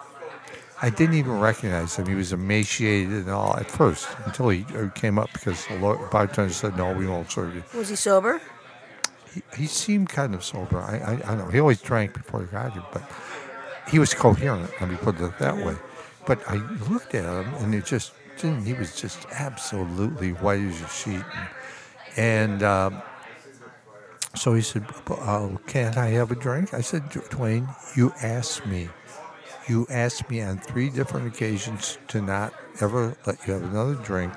S3: I didn't even recognize him. He was emaciated and all at first until he uh, came up because the lo- bartender said, No, we won't serve you.
S2: Was he sober?
S3: He, he seemed kind of sober. I, I, I don't know. He always drank before he got here, but he was coherent, let me put it that way. But I looked at him and it just didn't, he was just absolutely white as a sheet. And um, so he said, oh, Can't I have a drink? I said, Dwayne, you asked me. You asked me on three different occasions to not ever let you have another drink.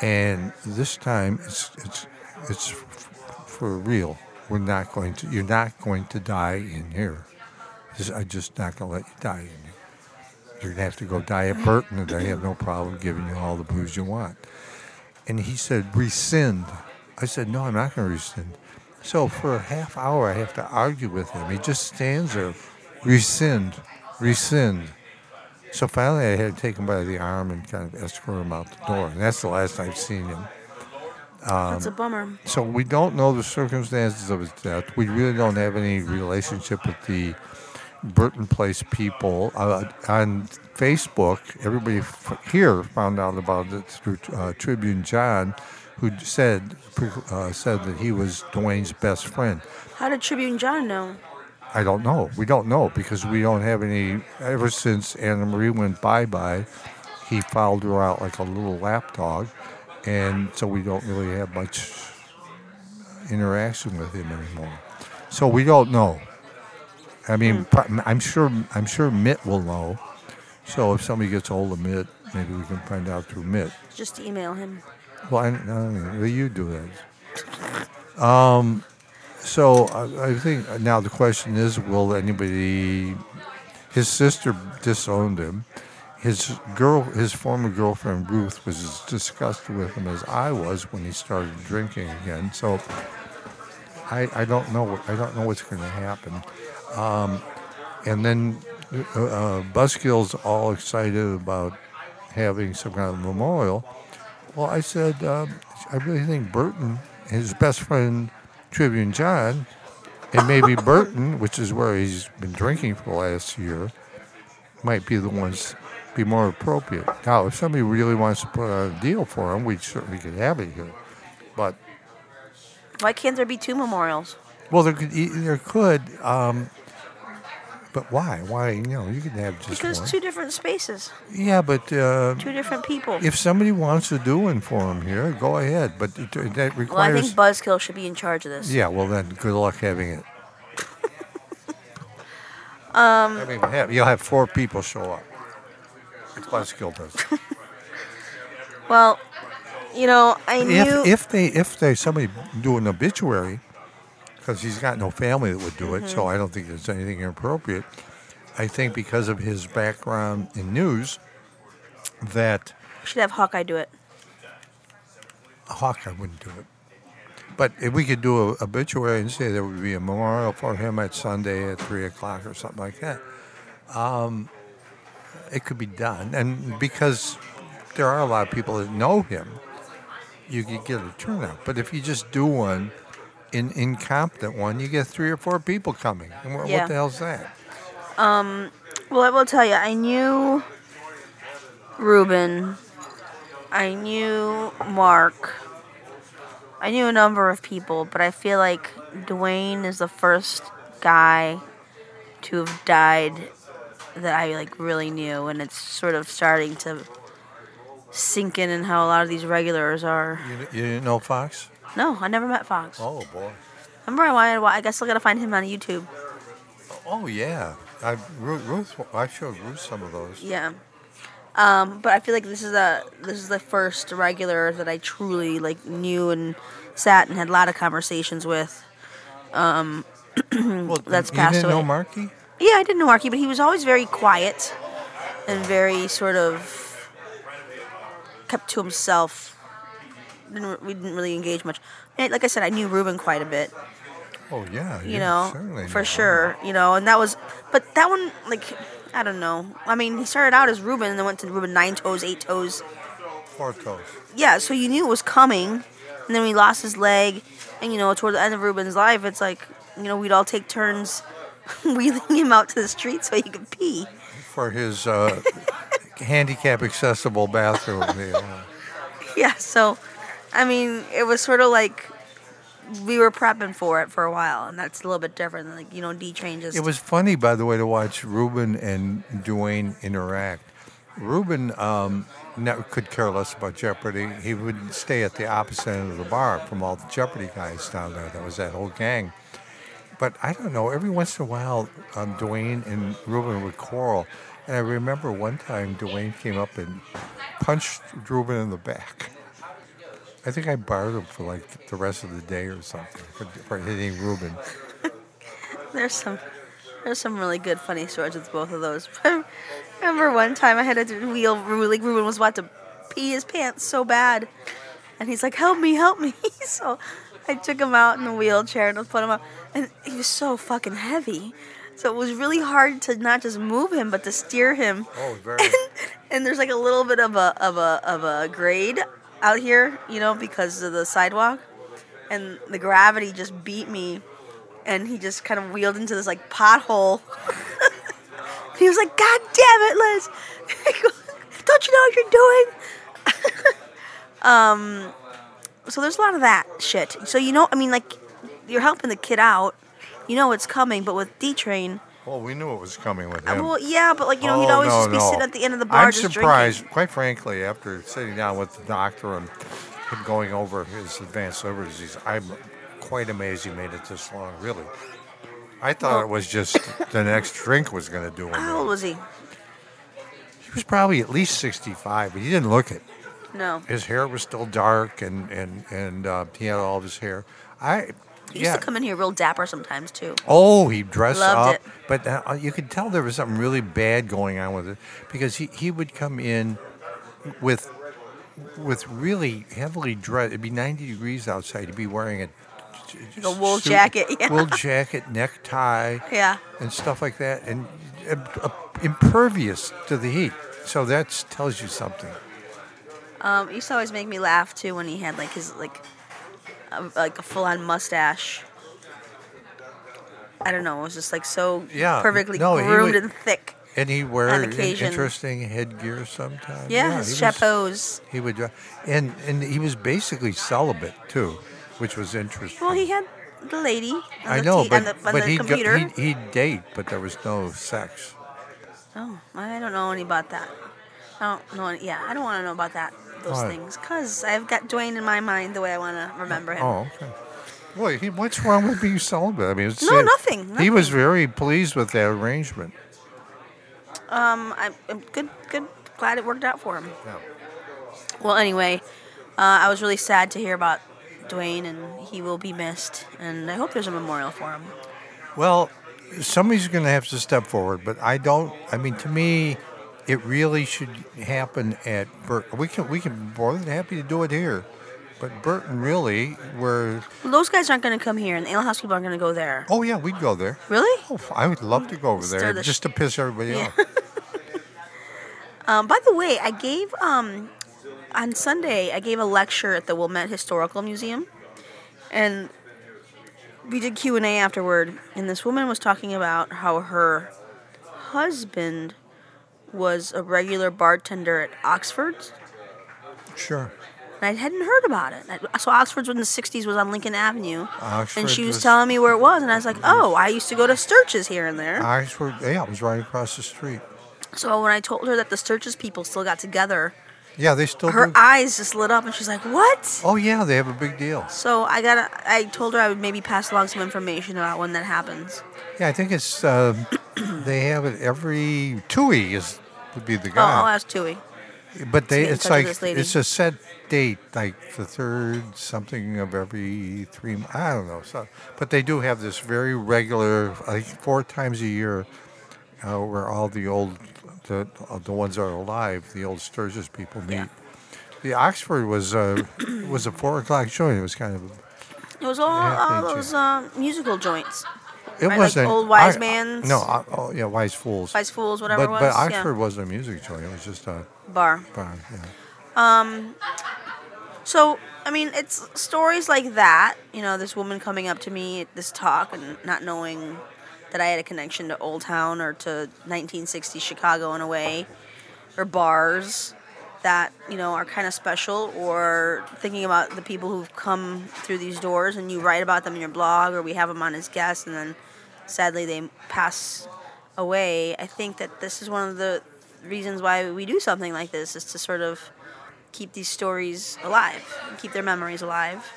S3: And this time it's, it's, it's f- for real. We're not going to, you're not going to die in here. Just- I'm just not going to let you die. You're going to have to go die at Burton, and I have no problem giving you all the booze you want. And he said, rescind. I said, no, I'm not going to rescind. So for a half hour, I have to argue with him. He just stands there, rescind, rescind. So finally, I had to take him by the arm and kind of escort him out the door. And that's the last I've seen him.
S2: That's a bummer.
S3: So we don't know the circumstances of his death. We really don't have any relationship with the Burton Place people. Uh, on Facebook, everybody f- here found out about it through uh, Tribune John, who said uh, said that he was Dwayne's best friend.
S2: How did Tribune John know?
S3: I don't know. We don't know because we don't have any. Ever since Anna Marie went bye bye, he fouled her out like a little lap dog, and so we don't really have much interaction with him anymore. So we don't know. I mean, pro- I'm sure. I'm sure Mitt will know. So if somebody gets hold of Mitt, maybe we can find out through Mitt.
S2: Just email him.
S3: Well, I, I don't know. You do that. Um, so I, I think uh, now the question is, will anybody? His sister disowned him. His girl, his former girlfriend Ruth, was as disgusted with him as I was when he started drinking again. So I, I don't know. what- I don't know what's going to happen. Um, And then uh, uh, Buskill's all excited about having some kind of memorial. Well, I said, um, I really think Burton, his best friend, Tribune John, and
S2: [laughs]
S3: maybe Burton, which is where he's been drinking for the last year, might be the ones be more appropriate. Now, if somebody really wants to put on a deal for him, we certainly could have it here. But
S2: Why can't there be two memorials?
S3: well, there could e, there could, um, but why? Why you know you could have just
S2: Because
S3: one.
S2: it's two different spaces,
S3: Yeah, but uh,
S2: two different people.
S3: if somebody wants to do one for him here, go ahead. But it- it- that
S2: well, I
S3: requires.
S2: think Buzzkill should be in charge of this.
S3: yeah, well then, good luck having it. um, I mean, have, you'll have four people show up. If Buzzkill does. it.
S2: Well, you know, I knew.
S3: if if they if they somebody do an obituary, because he's got no family that would do it, so I don't think there's anything inappropriate. I think because of his background in news, that
S2: We should have Hawkeye do it.
S3: Hawkeye wouldn't do it. But if we could do a obituary and say there would be a memorial for him at Sunday at three o'clock or something like that, um, it could be done. And because there are a lot of people that know him, you could get a turnout. But if you just do one, an incompetent one, you get three or four people coming. And what,
S2: Yeah.
S3: what the hell's that?
S2: Well, I will tell you, I knew Ruben. I knew Mark. I knew a number of people, but I feel like Dwayne is the first guy to have died that I like really knew, and it's sort of starting to sink in and how a lot of these regulars are.
S3: You, you didn't know Fox?
S2: No, I never met Fox.
S3: Oh boy.
S2: Remember, I wanted. I guess I gotta find him on YouTube.
S3: Oh yeah. I Ruth, Ruth I showed Ruth some of those.
S2: Yeah. Um, but I feel like this is the this is the first regular that I truly like knew and sat and had a lot of conversations with.
S3: Well,
S2: Mm, That's
S3: you didn't know
S2: Castaway.
S3: Marky?
S2: Yeah, I didn't know Marky, but he was always very quiet and very sort of kept to himself. Didn't, we didn't really engage much. And like I said, I knew Ruben quite a bit.
S3: Oh yeah,
S2: you know,
S3: certainly
S2: for
S3: know.
S2: sure, you know, and that was, but that one, like, I don't know. I mean, he started out as Ruben and then went to Ruben nine toes, eight toes.
S3: Four toes.
S2: Yeah, so you knew it was coming, and then he lost his leg, and you know, toward the end of Ruben's life, it's like, you know, we'd all take turns [laughs] wheeling him out to the street so he could pee.
S3: for his uh, [laughs] handicap accessible bathroom. you know.
S2: Yeah, so, I mean, it was sort of like we were prepping for it for a while, and that's a little bit different than like you know, D train just
S3: It was funny, by the way, to watch Ruben and Dwayne interact. Ruben um, never could care less about Jeopardy. He would stay at the opposite end of the bar from all the Jeopardy guys down there. That was that whole gang. But I don't know. Every once in a while, um, Dwayne and Ruben would quarrel. And I remember one time Dwayne came up and punched Ruben in the back. I think I barred him for like the rest of the day or something for, for hitting Ruben.
S2: There's some, there's some really good funny stories with both of those. [laughs] I remember one time I had to wheel Ru- like Ruben was about to pee his pants so bad, and he's like, "Help me, help me!" [laughs] So I took him out in the wheelchair and put him up, and he was so fucking heavy. So it was really hard to not just move him, but to steer him.
S3: Oh, very.
S2: [laughs] And there's like a little bit of a of a of a grade out here, you know, because of the sidewalk, and the gravity just beat me, and he just kind of wheeled into this like pothole. [laughs] he was like, "God damn it, Liz! [laughs] Don't you know what you're doing?" [laughs] um, so there's a lot of that shit. So you know, I mean, like, you're helping the kid out. You know it's coming, but with D train,
S3: Well, we knew it was coming with
S2: uh,
S3: him.
S2: well, yeah, but like you know, he'd
S3: Oh,
S2: always
S3: no,
S2: just be
S3: no.
S2: sitting at the end of the bar
S3: I'm
S2: just
S3: surprised,
S2: drinking.
S3: quite frankly, after sitting down with the doctor and him going over his advanced liver disease. I'm quite amazed he made it this long, really. I thought it was just the next drink was going to do him.
S2: How
S3: in.
S2: old was he?
S3: He was probably at least 65, but he didn't look it.
S2: No.
S3: His hair was still dark, and and and uh, he had all of his hair. I
S2: He
S3: yeah.
S2: used to come in here real dapper sometimes too.
S3: Oh, he dressed
S2: Loved
S3: up,
S2: it.
S3: but uh, you could tell there was something really bad going on with it because he, he would come in with with really heavily dressed. It'd be ninety degrees outside. He'd be wearing a just
S2: A wool jacket, yeah.
S3: wool jacket, necktie,
S2: Yeah.
S3: and stuff like that, and uh, uh, impervious to the heat. So that tells you something.
S2: Um, he used to always make me laugh too when he had like his like a, like a full on mustache. I don't know. It was just like so
S3: Yeah,
S2: perfectly
S3: no, he
S2: groomed
S3: would-
S2: and thick.
S3: And he wear in-
S2: occasion.
S3: interesting headgear sometimes.
S2: Yeah,
S3: he
S2: his
S3: was-
S2: chapeaus.
S3: He would, dri- and and he was basically celibate too, which was interesting.
S2: Well, he had the lady. On the
S3: I know,
S2: t-
S3: but
S2: on the, on
S3: but
S2: the
S3: he'd, go-
S2: computer.
S3: he'd, he'd date, but there was no sex.
S2: Oh, I don't know any about that. I don't know. Any, yeah, I don't want to know about that. Those
S3: Why?
S2: things, cause I've got Dwayne in my mind the way I want to remember him.
S3: Oh, okay. Well, he, what's wrong with being celibate? I mean, it's
S2: No, nothing,
S3: He was
S2: nothing.
S3: very pleased with that arrangement.
S2: Um, I, I'm good. Good. Glad it worked out for him.
S3: Yeah.
S2: Well, anyway, uh, I was really sad to hear about Dwayne, and he will be missed. And I hope there's a memorial for him.
S3: Well, somebody's going to have to step forward, but I don't. I mean, to me, it really should happen at Burton. We can we can more than happy to do it here, but Burton really, where
S2: Well, those guys aren't going to come here, and the Ale House people aren't going to go there.
S3: oh yeah, we'd go there.
S2: Really?
S3: Oh, I would love to go over
S2: Stir
S3: there
S2: the-
S3: just to piss everybody
S2: Yeah.
S3: off.
S2: Um, by the way, I gave um, on Sunday. I gave a lecture at the Wilmette Historical Museum, and we did Q and A afterward. And this woman was talking about how her husband was a regular bartender at Oxford's,
S3: Sure.
S2: and I hadn't heard about it. I- So Oxford's in the '60s was on Lincoln Avenue,
S3: Oxford
S2: and she was,
S3: was-
S2: telling me where it was, and I was like, "Oh, I used to go to Sturges here and there."
S3: I swear, yeah, it was right across the street.
S2: so when I told her that the Sturges people still got together,
S3: Yeah, they still
S2: her
S3: do.
S2: eyes just lit up, and she's like, "What?"
S3: oh yeah, they have a big deal.
S2: So I got. to I told her I would maybe pass along some information about when that happens.
S3: Yeah, I think it's uh, they have it every Tui is would be the
S2: Oh, I'll
S3: guy,
S2: ask Tui.
S3: but they
S2: get in
S3: it's
S2: touch with
S3: like
S2: this lady.
S3: it's a set date, like the third something of every three. m- I don't know, so, but they do have this very regular, like four times a year, uh, where all the old the uh, the ones that are alive, the old Sturgis people meet.
S2: Yeah.
S3: The Oxford was
S2: [coughs]
S3: a was a four o'clock show. and It was kind of
S2: It was all,
S3: Yeah,
S2: all
S3: thank you.
S2: those um, musical joints.
S3: It
S2: Right, like
S3: wasn't
S2: old wise
S3: I-
S2: man's-
S3: No, I, oh yeah, wise fools.
S2: Wise fools, whatever
S3: but,
S2: it was,
S3: But
S2: yeah.
S3: Oxford wasn't a music joint. It was just a
S2: Bar.
S3: bar. Yeah.
S2: So I mean, it's stories like that. You know, this woman coming up to me at this talk and not knowing that I had a connection to Old Town or to 1960 Chicago in a way, or bars that you know are kind of special. Or thinking about the people who've come through these doors and you write about them in your blog, or we have them on as guests, and then sadly they pass away. I think that this is one of the reasons why we do something like this is to sort of keep these stories alive, keep their memories alive.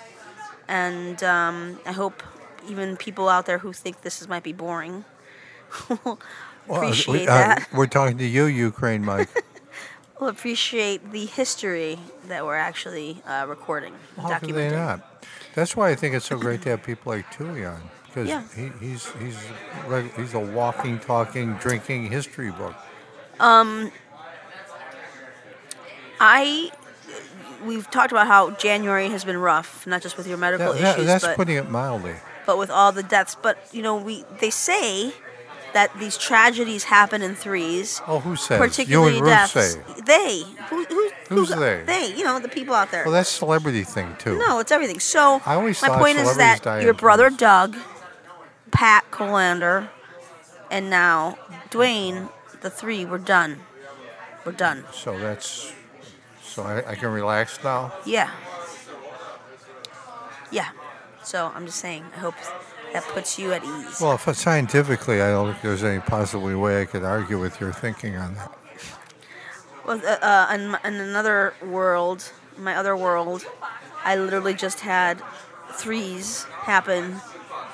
S2: And um, I hope even people out there who think this is, might be boring [laughs] will
S3: Well, uh,
S2: appreciate
S3: we,
S2: that.
S3: We're talking to you, Ukraine, Mike.
S2: will appreciate the history that we're actually uh, recording,
S3: How could they
S2: documenting.
S3: not? That's why I think it's so great to have people like Tui on because
S2: Yeah.
S3: he, he's he's reg- he's a walking, talking, drinking history book.
S2: I. We've talked about how January has been rough, not just with your medical
S3: That- that-
S2: issues,
S3: that's
S2: but
S3: putting it mildly.
S2: but with all the deaths. But you know, we they say that these tragedies happen in threes.
S3: Oh, who says?
S2: particularly
S3: you and Ruth
S2: deaths.
S3: say.
S2: They. Who, who,
S3: Who's
S2: who-
S3: they?
S2: you know, the people out there.
S3: Well, that's celebrity thing too.
S2: no, it's everything. So
S3: I always
S2: my
S3: thought
S2: point is that
S3: celebrities die
S2: your
S3: in
S2: brother
S3: threes.
S2: Doug, Pat Colander, and now Dwayne, the three, we're done. We're done.
S3: So that's so I, I can relax now.
S2: Yeah. Yeah. So I'm just saying, I hope that puts you at ease.
S3: Well, if, scientifically, I don't think there's any possibly way I could argue with your thinking on that.
S2: Well, uh, uh, in, my- in another world, my other world, I literally just had threes happen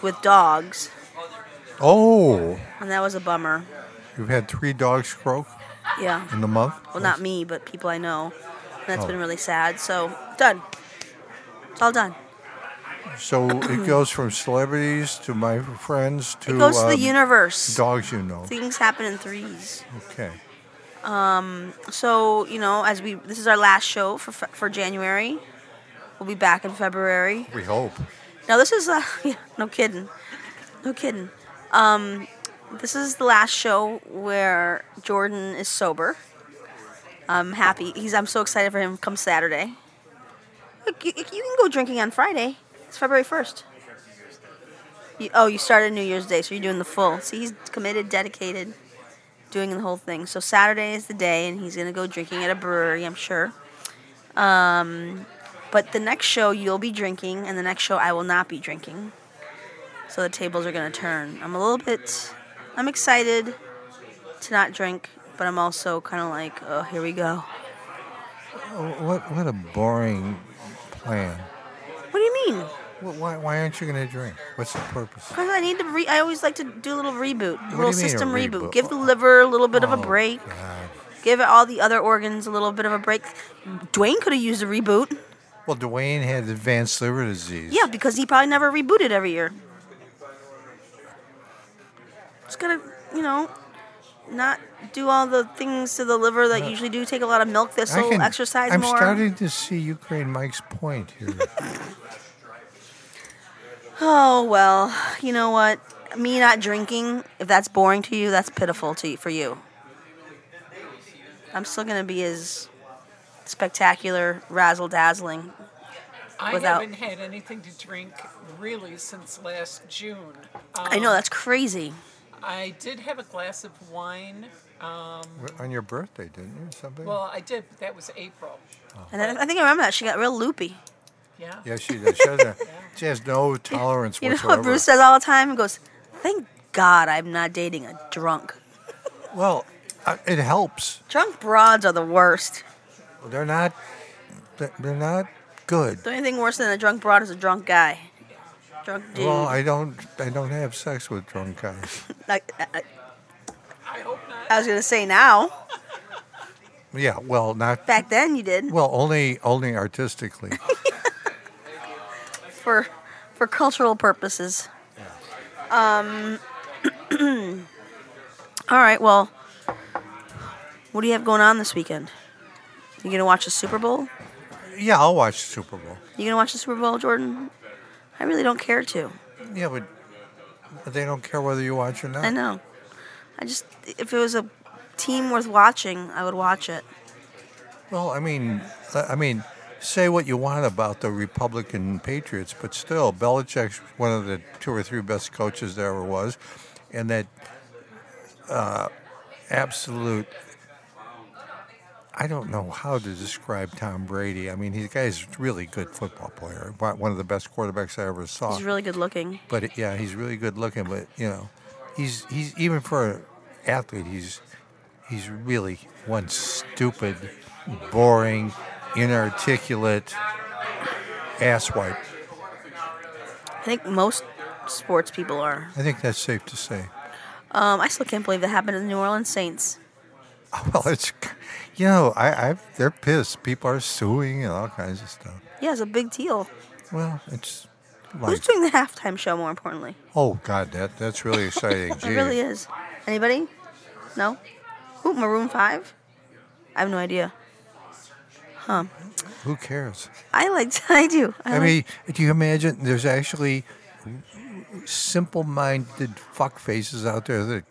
S2: with dogs,
S3: Oh,
S2: and that was a bummer.
S3: you've had three dogs croak
S2: Yeah.
S3: in the month.
S2: Well, not me, but people I know. And that's
S3: Oh.
S2: been really sad. So, done. It's all done. [clears throat]
S3: So it goes from celebrities to my friends to
S2: It goes to the
S3: um,
S2: universe.
S3: dogs you know.
S2: Things happen in threes.
S3: Okay.
S2: So, you know, as we, this is our last show for, Fe- for January. We'll be back in February.
S3: We hope.
S2: Now this is uh, [laughs] yeah, no kidding, no kidding. Um, this is the last show where Jordan is sober. I'm happy. He's. I'm so excited for him. Come Saturday. Look, you, you can go drinking on Friday. It's February first. You, oh, you started New Year's Day, so you're doing the full. See, he's committed, dedicated, doing the whole thing. So Saturday is the day, and he's gonna go drinking at a brewery. I'm sure. But the next show you'll be drinking, and the next show I will not be drinking. So the tables are gonna turn. I'm a little bit, I'm excited to not drink, but I'm also kind of like, oh, here we go.
S3: Oh, what what a boring plan.
S2: What do you mean?
S3: Wh- Why, why aren't you going to drink? What's the purpose?
S2: Because I need to. Re- I always like to do a little reboot, a little
S3: do you mean a
S2: system reboot?
S3: reboot?
S2: Give the liver a little bit of a
S3: Oh,
S2: break.
S3: God.
S2: Give all the other organs a little bit of a break. Dwayne could have used a reboot.
S3: Well, Dwayne had advanced liver disease.
S2: Yeah, because he probably never rebooted every year. It's gotta, you know, not do all the things to the liver that you usually do. Take a lot of milk
S3: I
S2: thistle,
S3: can-
S2: exercise
S3: I'm
S2: more.
S3: starting to see Ukraine Mike's point here. [laughs]
S2: Oh well, you know what? Me not drinking, if that's boring to you, that's pitiful to for you. I'm still gonna be as spectacular, razzle dazzling.
S4: I
S2: Without-
S4: haven't had anything to drink really since last June.
S2: I know that's crazy.
S4: I did have a glass of wine.
S3: On your birthday, didn't you? or Something?
S4: Well, I did, but that was April.
S2: And then, I think I remember that she got real loopy.
S4: Yeah.
S3: yeah, she does.
S2: [laughs]
S3: She, doesn't, she has no tolerance
S2: You know [laughs]
S3: whatsoever.
S2: what Bruce says all the time? He goes, "Thank God I'm not dating a drunk.
S3: Well, uh, it helps.
S2: Drunk broads are the worst.
S3: They're not. They're they're not good.
S2: The only thing worse than a drunk broad is a drunk guy. Drunk dude.
S3: Well, I don't. I don't have sex with drunk guys.
S2: Like, I, I,
S4: I hope not.
S2: I was gonna say now.
S3: Yeah. Well, not.
S2: Back then you did
S3: Well, only only artistically.
S2: for for cultural purposes. Um. [clears throat] all right. Well, what do you have going on this weekend? You gonna watch the Super Bowl?
S3: yeah, I'll watch the Super Bowl.
S2: You gonna watch the Super Bowl, Jordan? I really don't care to.
S3: Yeah, but they don't care whether you watch or not.
S2: I know. I just if it was a team worth watching, I would watch it.
S3: Well, I mean, I I mean, say what you want about the Republican Patriots, but still, Belichick's one of the two or three best coaches there ever was, and that uh, absolute. I don't know how to describe Tom Brady. I mean, he guy's a really good football player, one one of the best quarterbacks I ever saw.
S2: He's really good looking.
S3: but yeah, he's really good looking. But you know, he's he's even for an athlete, he's he's really one stupid, boring, inarticulate asswipe.
S2: I think most sports people are.
S3: I think that's safe to say. [laughs]
S2: Um, I still can't believe that happened to the New Orleans Saints.
S3: Well, it's you know, I I've, they're pissed. People are suing and all kinds of stuff.
S2: Yeah, it's a big deal.
S3: Well, it's
S2: Who's
S3: like
S2: doing the [laughs] halftime show? More importantly,
S3: oh god, that that's really
S2: [laughs]
S3: exciting.
S2: it really is. Anybody? No. Who? Maroon Five? I have no idea.
S3: Who cares?
S2: I liked. [laughs] I do. I,
S3: I
S2: like-
S3: mean, do you imagine there's actually simple minded fuck faces out there that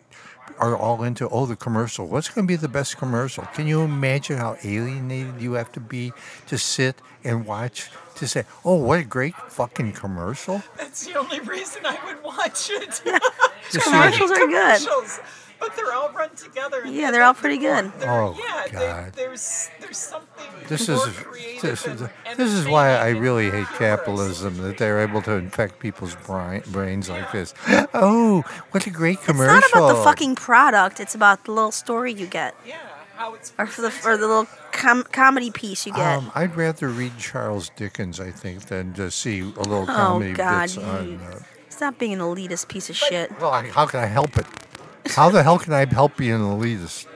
S3: are all into, oh, the commercial. What's going to be the best commercial? Can you imagine how alienated you have to be to sit and watch to say, oh, what a great fucking commercial?
S4: That's the only reason I would
S2: [laughs]
S4: watch
S3: To
S4: it.
S3: see-
S2: commercials are good.
S4: Commercials, But they're all run together. and
S2: Yeah, they're all pretty good.
S4: they're-
S3: Oh,
S4: yeah, they-
S3: God.
S4: There's, there's something
S3: This
S4: more
S3: is
S4: creative
S3: this is
S4: and
S3: this is why I
S4: entertaining and
S3: really hate
S4: humorous.
S3: capitalism that they're able to infect people's brain, brains like this. [gasps] Oh, what a great commercial!
S2: It's not about the fucking product. It's about the little story you get,
S4: Yeah, how it's
S2: or for the or the little com- comedy piece you get.
S3: Um, I'd rather read Charles Dickens, I think, than to see a little
S2: oh
S3: comedy
S2: God!
S3: that's
S2: You,
S3: on. Uh,
S2: stop being an elitist piece of shit.
S3: well, I, how can I help it? How the hell can I help being an elitist?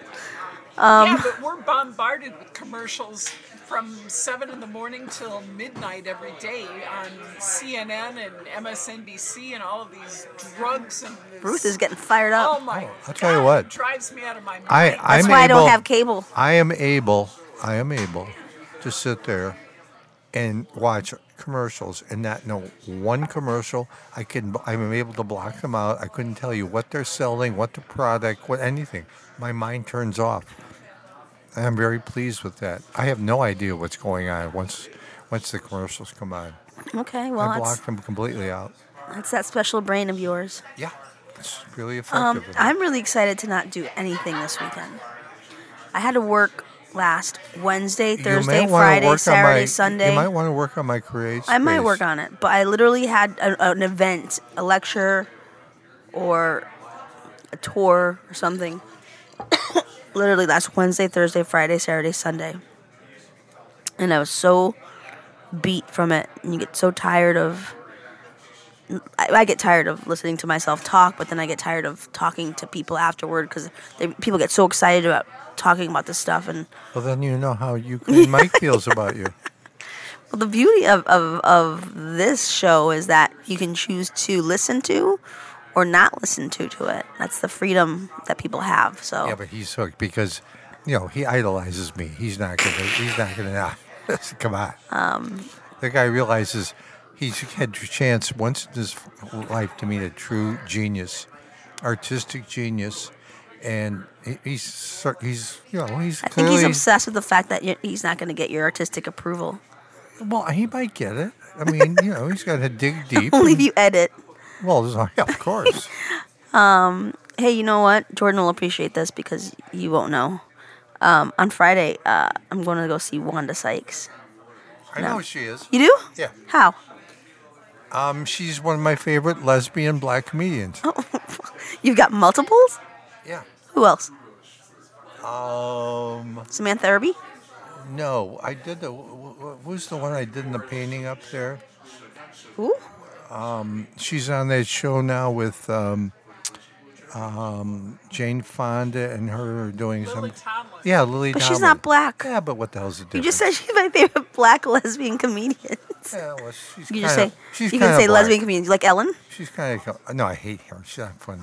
S2: Um,
S4: yeah, but we're bombarded with commercials from seven in the morning till midnight every day on CNN and MSNBC and all of these drugs and. This,
S2: Bruce is getting fired
S4: Oh
S2: up.
S4: my!
S3: I'll tell you
S4: God,
S3: what.
S4: It drives me out of my mind.
S3: I,
S2: That's
S3: I'm
S2: why I
S3: able,
S2: don't have cable.
S3: I am able, I am able to sit there and watch commercials and not know one commercial. I can, I'm able to block them out. I couldn't tell you what they're selling, what the product, what anything. My mind turns off. And I'm very pleased with that. I have no idea what's going on once, once the commercials come on.
S2: Okay,
S3: I
S2: well that's
S3: blocked them completely out.
S2: that's that special brain of yours.
S3: Yeah, it's really
S2: Um,
S3: effective.
S2: I'm really excited to not do anything this weekend. I had to work last Wednesday,
S3: You
S2: Thursday,
S3: might wanna work
S2: Friday,
S3: on
S2: Saturday,
S3: my-
S2: Sunday.
S3: You might want to work on my create.
S2: I might
S3: space.
S2: work on it, but I literally had a, an event, a lecture, or a tour or something. [coughs] literally last Wednesday, Thursday, Friday, Saturday, Sunday, and I was so beat from it, and you get so tired of. I, I get tired of listening to myself talk, but then I get tired of talking to people afterward because people get so excited about talking about this stuff and [laughs]
S3: Well, then you know how you Mike feels about you.
S2: Well, the beauty of, of, of this show is that you can choose to listen to or not listen to to it. That's the freedom that people have. So
S3: Yeah, but he's hooked because, you know, he idolizes me. He's not gonna. He's not gonna. Not. [laughs] Come on. Um, the guy realizes he's had a chance once in his life to meet a true genius, artistic genius, and he- he's cer- he's you know he's
S2: I think he's
S3: clearly-
S2: obsessed with the fact that you- he's not going to get your artistic approval.
S3: well he might get it. I mean, you know, he's got
S2: [laughs]
S3: to dig deep.
S2: Only if you edit.
S3: Well, yeah,
S2: [laughs]
S3: of course.
S2: Hey, you know what? Jordan will appreciate this because you won't know. Um, on Friday, uh, I'm going to go see Wanda Sykes.
S3: I know she is.
S2: You do?
S3: Yeah.
S2: How?
S3: Um, she's one of my favorite lesbian black comedians.
S2: You've got multiples?
S3: Yeah.
S2: Who else?
S3: Um.
S2: Samantha Irby?
S3: No, I did the. wh- wh- Who's the one I did in the painting up there?
S2: Who?
S3: She's on that show now with um, um, Jane Fonda and her doing
S4: Lily
S3: some.
S4: Tomlin.
S3: Yeah, Lily.
S2: But she's
S3: Tomlin.
S2: not black.
S3: Yeah, but what the hell's the difference?
S2: You just said she's my favorite black lesbian comedian. [laughs]
S3: Yeah, well, she's
S2: You just
S3: kinda-
S2: say
S3: she's
S2: you can
S3: kinda
S2: say
S3: black.
S2: lesbian comedians like Ellen.
S3: She's kind of. No, I hate her. She's not
S2: [laughs]
S3: funny.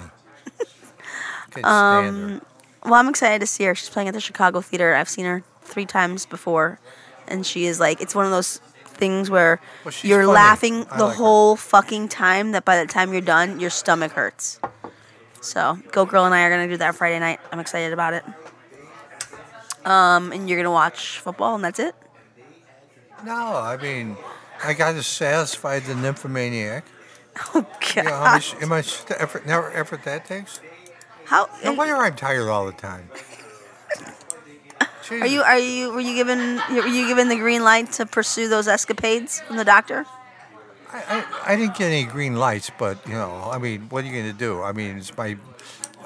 S3: Can't stand
S2: Um,
S3: her.
S2: Well, I'm excited to see her. She's playing at the Chicago Theater. I've seen her three times before, and she is like it's one of those things where
S3: Well, she's
S2: you're
S3: funny.
S2: laughing
S3: I
S2: the
S3: like her.
S2: whole fucking time. That by the time you're done, your stomach hurts. So, Go Girl and I are gonna do that Friday night. I'm excited about it. Um, and you're gonna watch football, and that's it. [laughs]
S3: No, I mean, I got to satisfy the nymphomaniac.
S2: Oh God!
S3: You know how
S2: [laughs]
S3: much, how much effort, now effort that takes?
S2: How
S3: No wonder I'm tired all the time.
S2: are you? Are you? Were you given? Were you given the green light to pursue those escapades from the doctor?
S3: I, I, I didn't get any green lights, but you know, I mean, what are you going to do? I mean, it's my,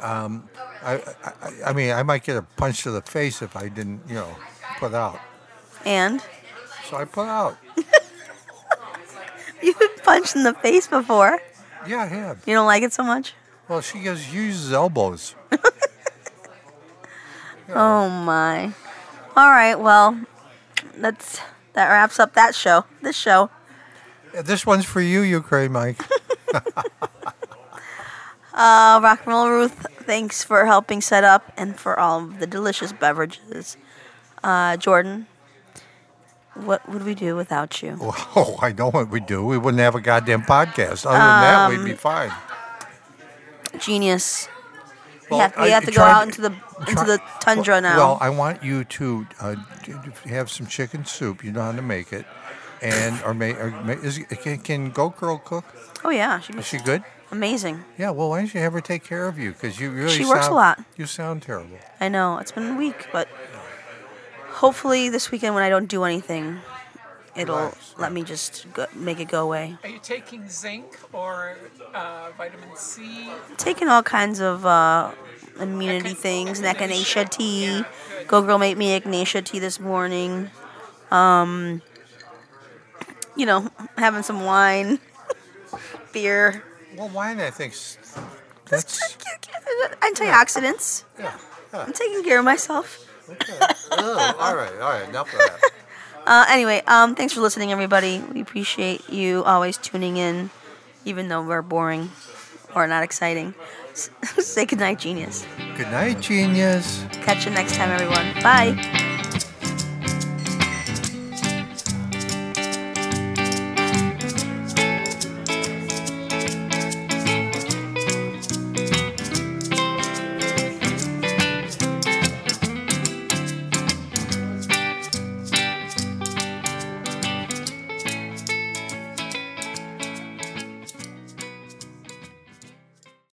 S3: um, I, I, I mean, I might get a punch to the face if I didn't, you know, put out.
S2: And
S3: So I put out.
S2: [laughs] You've been punched in the face before.
S3: Yeah, I have.
S2: You don't like it so much?
S3: Well, she gives uses elbows.
S2: Oh my. All right, well, that's that wraps up that show. This show.
S3: Uh, This one's for you, Ukraine Mike. [laughs]
S2: Uh, Rock and Roll Ruth, thanks for helping set up and for all of the delicious beverages. Uh, Jordan, what would we do without you?
S3: oh, I know what we do. We wouldn't have a goddamn podcast. Other than that, we'd be
S2: Um,
S3: fine.
S2: Genius.
S3: Well,
S2: we have, we
S3: I-
S2: have to go
S3: try-
S2: out into the into
S3: try-
S2: the tundra
S3: well,
S2: now.
S3: Well, I want you to uh, d- d- have some chicken soup. You know how to make it, and or, may, or may, is, can, can Go Girl cook?
S2: oh yeah, she'd be
S3: Is she good?
S2: amazing.
S3: Yeah. Well, why don't you have her take care of you? Because you really
S2: She works a
S3: sound-
S2: lot.
S3: You sound terrible.
S2: I know it's been a week, but hopefully this weekend when I don't do anything, it'll
S3: Relax.
S2: let me just go, make it go away.
S4: Are you taking zinc or uh, vitamin C?
S2: I'm taking all kinds of uh, immunity things, and echinacea tea. Go girl made me echinacea tea this morning. Um, you know, having some wine, [laughs] beer,
S3: Well, wine. I think s-
S2: [laughs]
S3: that's
S2: antioxidants.
S3: yeah. [laughs] yeah
S2: I'm taking care of myself.
S3: okay. oh, all right. All right. Enough of that.
S2: Uh, anyway, um, thanks for listening, everybody. We appreciate you always tuning in, even though we're boring or not exciting. [laughs] Say goodnight, genius.
S3: Good night, genius.
S2: Catch you next time, everyone. Bye.